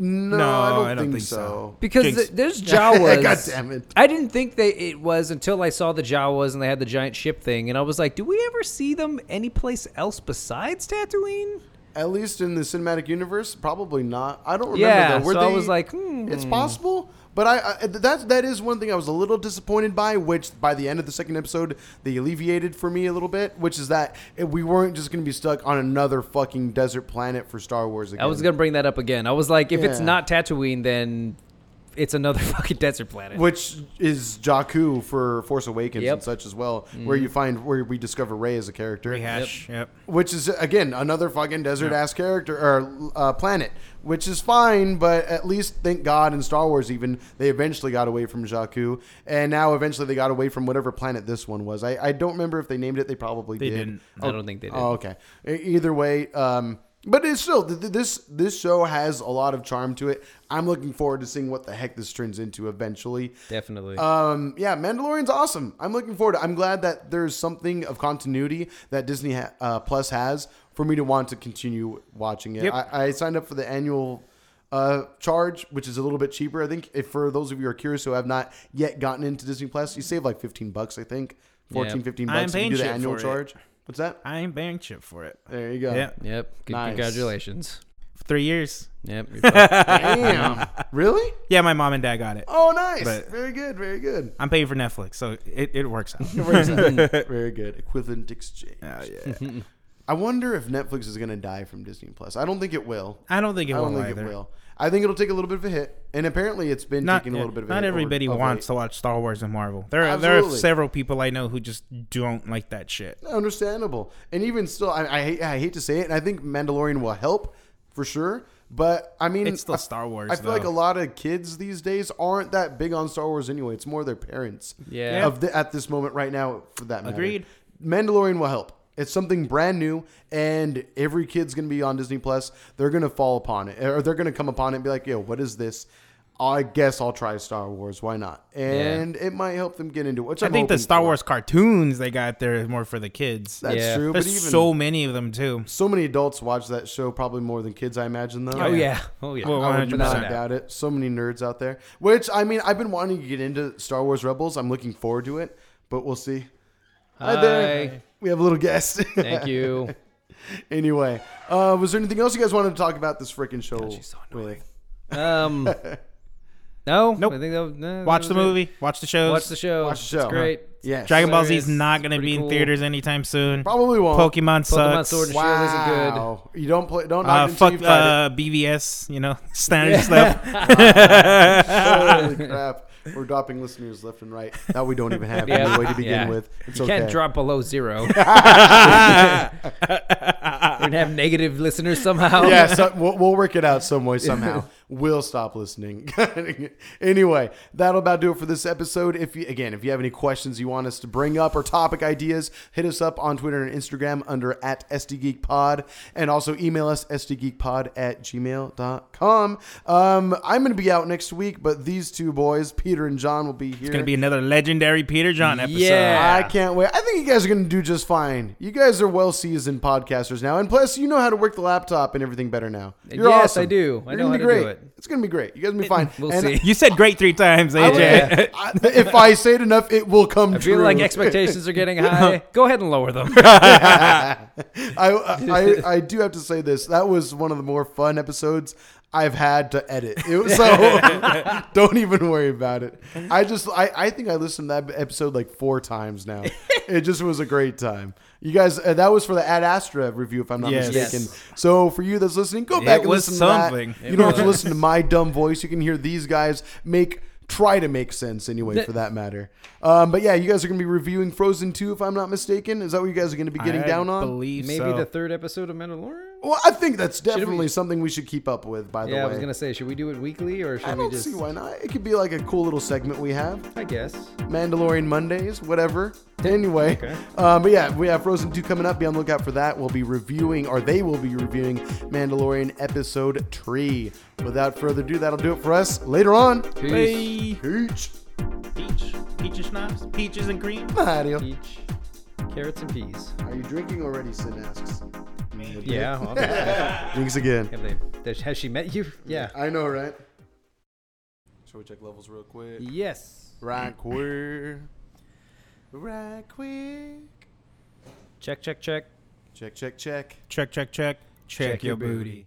A: No, I don't, think, so.
C: Because
B: Jinx.
C: th- there's Jawas.
A: *laughs* God damn it.
C: I didn't think they it was until I saw the Jawas and they had the giant ship thing, and I was like, "Do we ever see them anyplace else besides Tatooine?"
A: At least in the cinematic universe, probably not. I don't remember.
C: Yeah,
A: though. Were
C: so I
A: they-
C: was like, hmm.
A: it's possible. But I, I that that is one thing I was a little disappointed by, which by the end of the second episode they alleviated for me a little bit, which is that we weren't just going to be stuck on another fucking desert planet for Star Wars again.
C: I was gonna bring that up again. I was like, if it's
A: Yeah.
C: not Tatooine, then it's another *laughs* fucking desert planet.
A: which is Jakku for Force Awakens
C: Yep. Mm-hmm.
A: and such as well, where you find where we discover Rey as a character,
B: Rehash. Yep.
A: which is again another fucking desert ass character or uh, planet, which is fine, but at least thank God in Star Wars even they eventually got away from Jakku, and now eventually they got away from whatever planet this one was. I, I don't remember if they named it. They probably
B: They
A: did.
B: didn't.
C: I don't think they did.
A: Oh, okay. E- Either way, um, but it's still th- th- this this show has a lot of charm to it. I'm looking forward to seeing what the heck this turns into eventually.
C: Definitely.
A: Um, yeah, Mandalorian's awesome. I'm looking forward. to I'm glad that there's something of continuity that Disney ha- uh, Plus has for me to want to continue watching it.
B: Yep.
A: I, I signed up for the annual uh, charge, which is a little bit cheaper. I think if for those of you who are curious who have not yet gotten into Disney Plus, you save like 15 bucks, I think. 14,
C: Yeah.
A: 15
B: I'm
A: bucks if you
B: paying
A: do the
B: shit
A: annual
B: for it.
A: charge. What's that?
B: I ain't buying shit for it.
A: There you go.
B: Yeah.
C: yep. Good-
A: nice.
C: Congratulations.
B: Three years.
A: *laughs*
C: Yep. you're
B: *laughs*
C: fucked.
A: Damn. really?
B: Yeah, my mom and dad got it.
A: Oh, nice.
B: But-
A: very good. Very good.
B: I'm paying for Netflix, so it, it works
A: *laughs*
B: out.
A: very good. Equivalent exchange. *laughs* I wonder if Netflix is going to die from Disney Plus. I don't think it will.
B: I don't think it
A: I don't
B: will
A: think
B: either.
A: it will. I think it'll take a little bit of a hit, and apparently it's been
B: Not, e-
A: taking a little bit of a
B: not
A: hit.
B: everybody
A: over- of
B: wants
A: late.
B: to watch Star Wars and Marvel. There are, there are
A: Absolutely.
B: several people I know who just don't like that shit.
A: Understandable, and even still, I, I hate I hate to say it, and I think Mandalorian will help for sure. But I mean,
B: It's still
A: I-
B: Star Wars,
A: I feel like a
B: though.
A: lot of kids these days aren't that big on Star Wars anyway. It's more their parents.
C: Yeah.
A: Of the, at this moment right now, for that matter.
B: Agreed.
A: Mandalorian will help. It's something brand new, and every kid's gonna be on Disney Plus. They're gonna fall upon it, or they're gonna come upon it and be like, "Yo, what is this?" I guess I'll try Star Wars. Why not? And it might help them get into it. Which
B: I
A: I'm
B: think the
A: hoping
B: Star
A: for.
B: Wars cartoons they got there is more for the kids.
A: That's
C: Yeah.
A: true.
B: There's
A: but even
B: so many of them too.
A: so many adults watch that show probably more than kids, I imagine, though.
C: oh yeah. Oh yeah.
B: Well,
A: I would
B: 100%.
A: not doubt it. So many nerds out there. Which, I mean, I've been wanting to get into Star Wars Rebels. I'm looking forward to it, but we'll see. Hi there.
C: Hi.
A: We have a little guest. *laughs*
C: Thank you.
A: anyway, uh, was there anything else you guys wanted to talk about this freaking show?
C: she's so
A: with?
C: Um. No.
B: Nope.
C: I think that, was- no,
B: Watch the
C: that was it.
B: movie, watch the shows.
C: Watch the show.
A: Watch the show.
C: It's great.
A: Yes.
B: Dragon Ball Z is
C: Hilarious.
B: not going to
C: Pretty
B: be in
C: cool.
B: theaters anytime soon.
A: Probably won't.
B: Pokemon
C: Pokemon
B: sucks.
C: Sword and Shield isn't good.
A: Wow. You don't play. Don't
B: Uh,
A: knock
B: fuck
A: until you tried it.
B: uh, BVS, you know, *laughs* standard stuff.
A: Holy
C: *laughs*
A: crap. We're dropping listeners left and right that we don't even have
C: Yeah.
A: anyway to begin
C: Yeah.
A: with. It's
C: you
A: okay.
C: can't drop
A: *laughs*
C: below zero. We're gonna have negative listeners somehow.
A: yeah,
B: *laughs*
A: so we'll, we'll work it out some way somehow. we'll stop listening. *laughs* anyway, that'll about do it for this episode. If you again, if you have any questions you want us to bring up or topic ideas, hit us up on Twitter and Instagram under at sdgeekpod, and also email us sdgeekpod at gmail.com. Um, I'm going to be out next week, but these two boys, Peter and John, will be here.
B: It's going to be another legendary Peter John episode.
C: Yeah.
A: I can't wait. I think you guys are going to do just fine. You guys are well seasoned podcasters now, and plus, you know how to work the laptop and everything better now. You're
C: Yes,
A: awesome.
C: I do. I
A: You're gonna
C: know how
A: be
C: to do
A: great.
C: it.
A: It's going to be great. You guys will be fine.
C: *laughs* We'll
A: And
C: see.
B: You said great three times,
A: I would-
B: AJ.
A: *laughs* I- if I say it enough, it will come
C: I feel
A: true.
C: like expectations
A: *laughs*
C: are getting high. Go ahead and lower them.
A: I, I I do have to say this. That was one of the more fun episodes I've had to edit. It was,
B: *laughs*
A: so don't even worry about it. I just I, I think I listened to that episode like four times now. it just was a great time. You guys, uh, that was for the Ad Astra review, if I'm not
B: Yes.
A: mistaken. So for you that's listening, go back and
B: was
A: listen to that.
B: something.
A: You don't have to listen to my dumb voice. You can hear these guys make try to make sense anyway, for that matter. Um, but yeah, you guys are going to be reviewing Frozen 2, if I'm not mistaken. Is that what you guys are going to be getting
B: I
A: down on?
B: believe
C: Maybe
B: so.
C: the third episode of Mandalorian.
A: Well, I think that's definitely something we should keep up with. By the
C: Yeah,
A: way,
C: I was gonna say, should we do it weekly or should
A: I
C: we
A: don't
C: just?
A: see why not. It could be like a cool little segment we have,
C: I guess.
A: Mandalorian Mondays, whatever. Anyway, um, but yeah, we have Frozen Two coming up. Be on the lookout for that. We'll be reviewing, or they will be reviewing, Mandalorian episode three. Without further ado, that'll do it for us. Later on,
C: Peace.
A: peach.
B: Peach, peaches schnapps, peaches and cream.
A: Mario,
C: Peach, carrots and peas.
A: are you drinking already? Sin asks.
C: Yeah, *laughs* obviously.
A: Drinks again.
C: Have they, has she met you?
A: *laughs*
C: Yeah.
A: I know, right? Shall we check levels real quick?
C: Yes.
A: Right quick. Right quick.
C: Check, check, check.
A: Check, check, check.
B: Check, check, check. Check,
C: your
B: your
C: booty.
B: booty.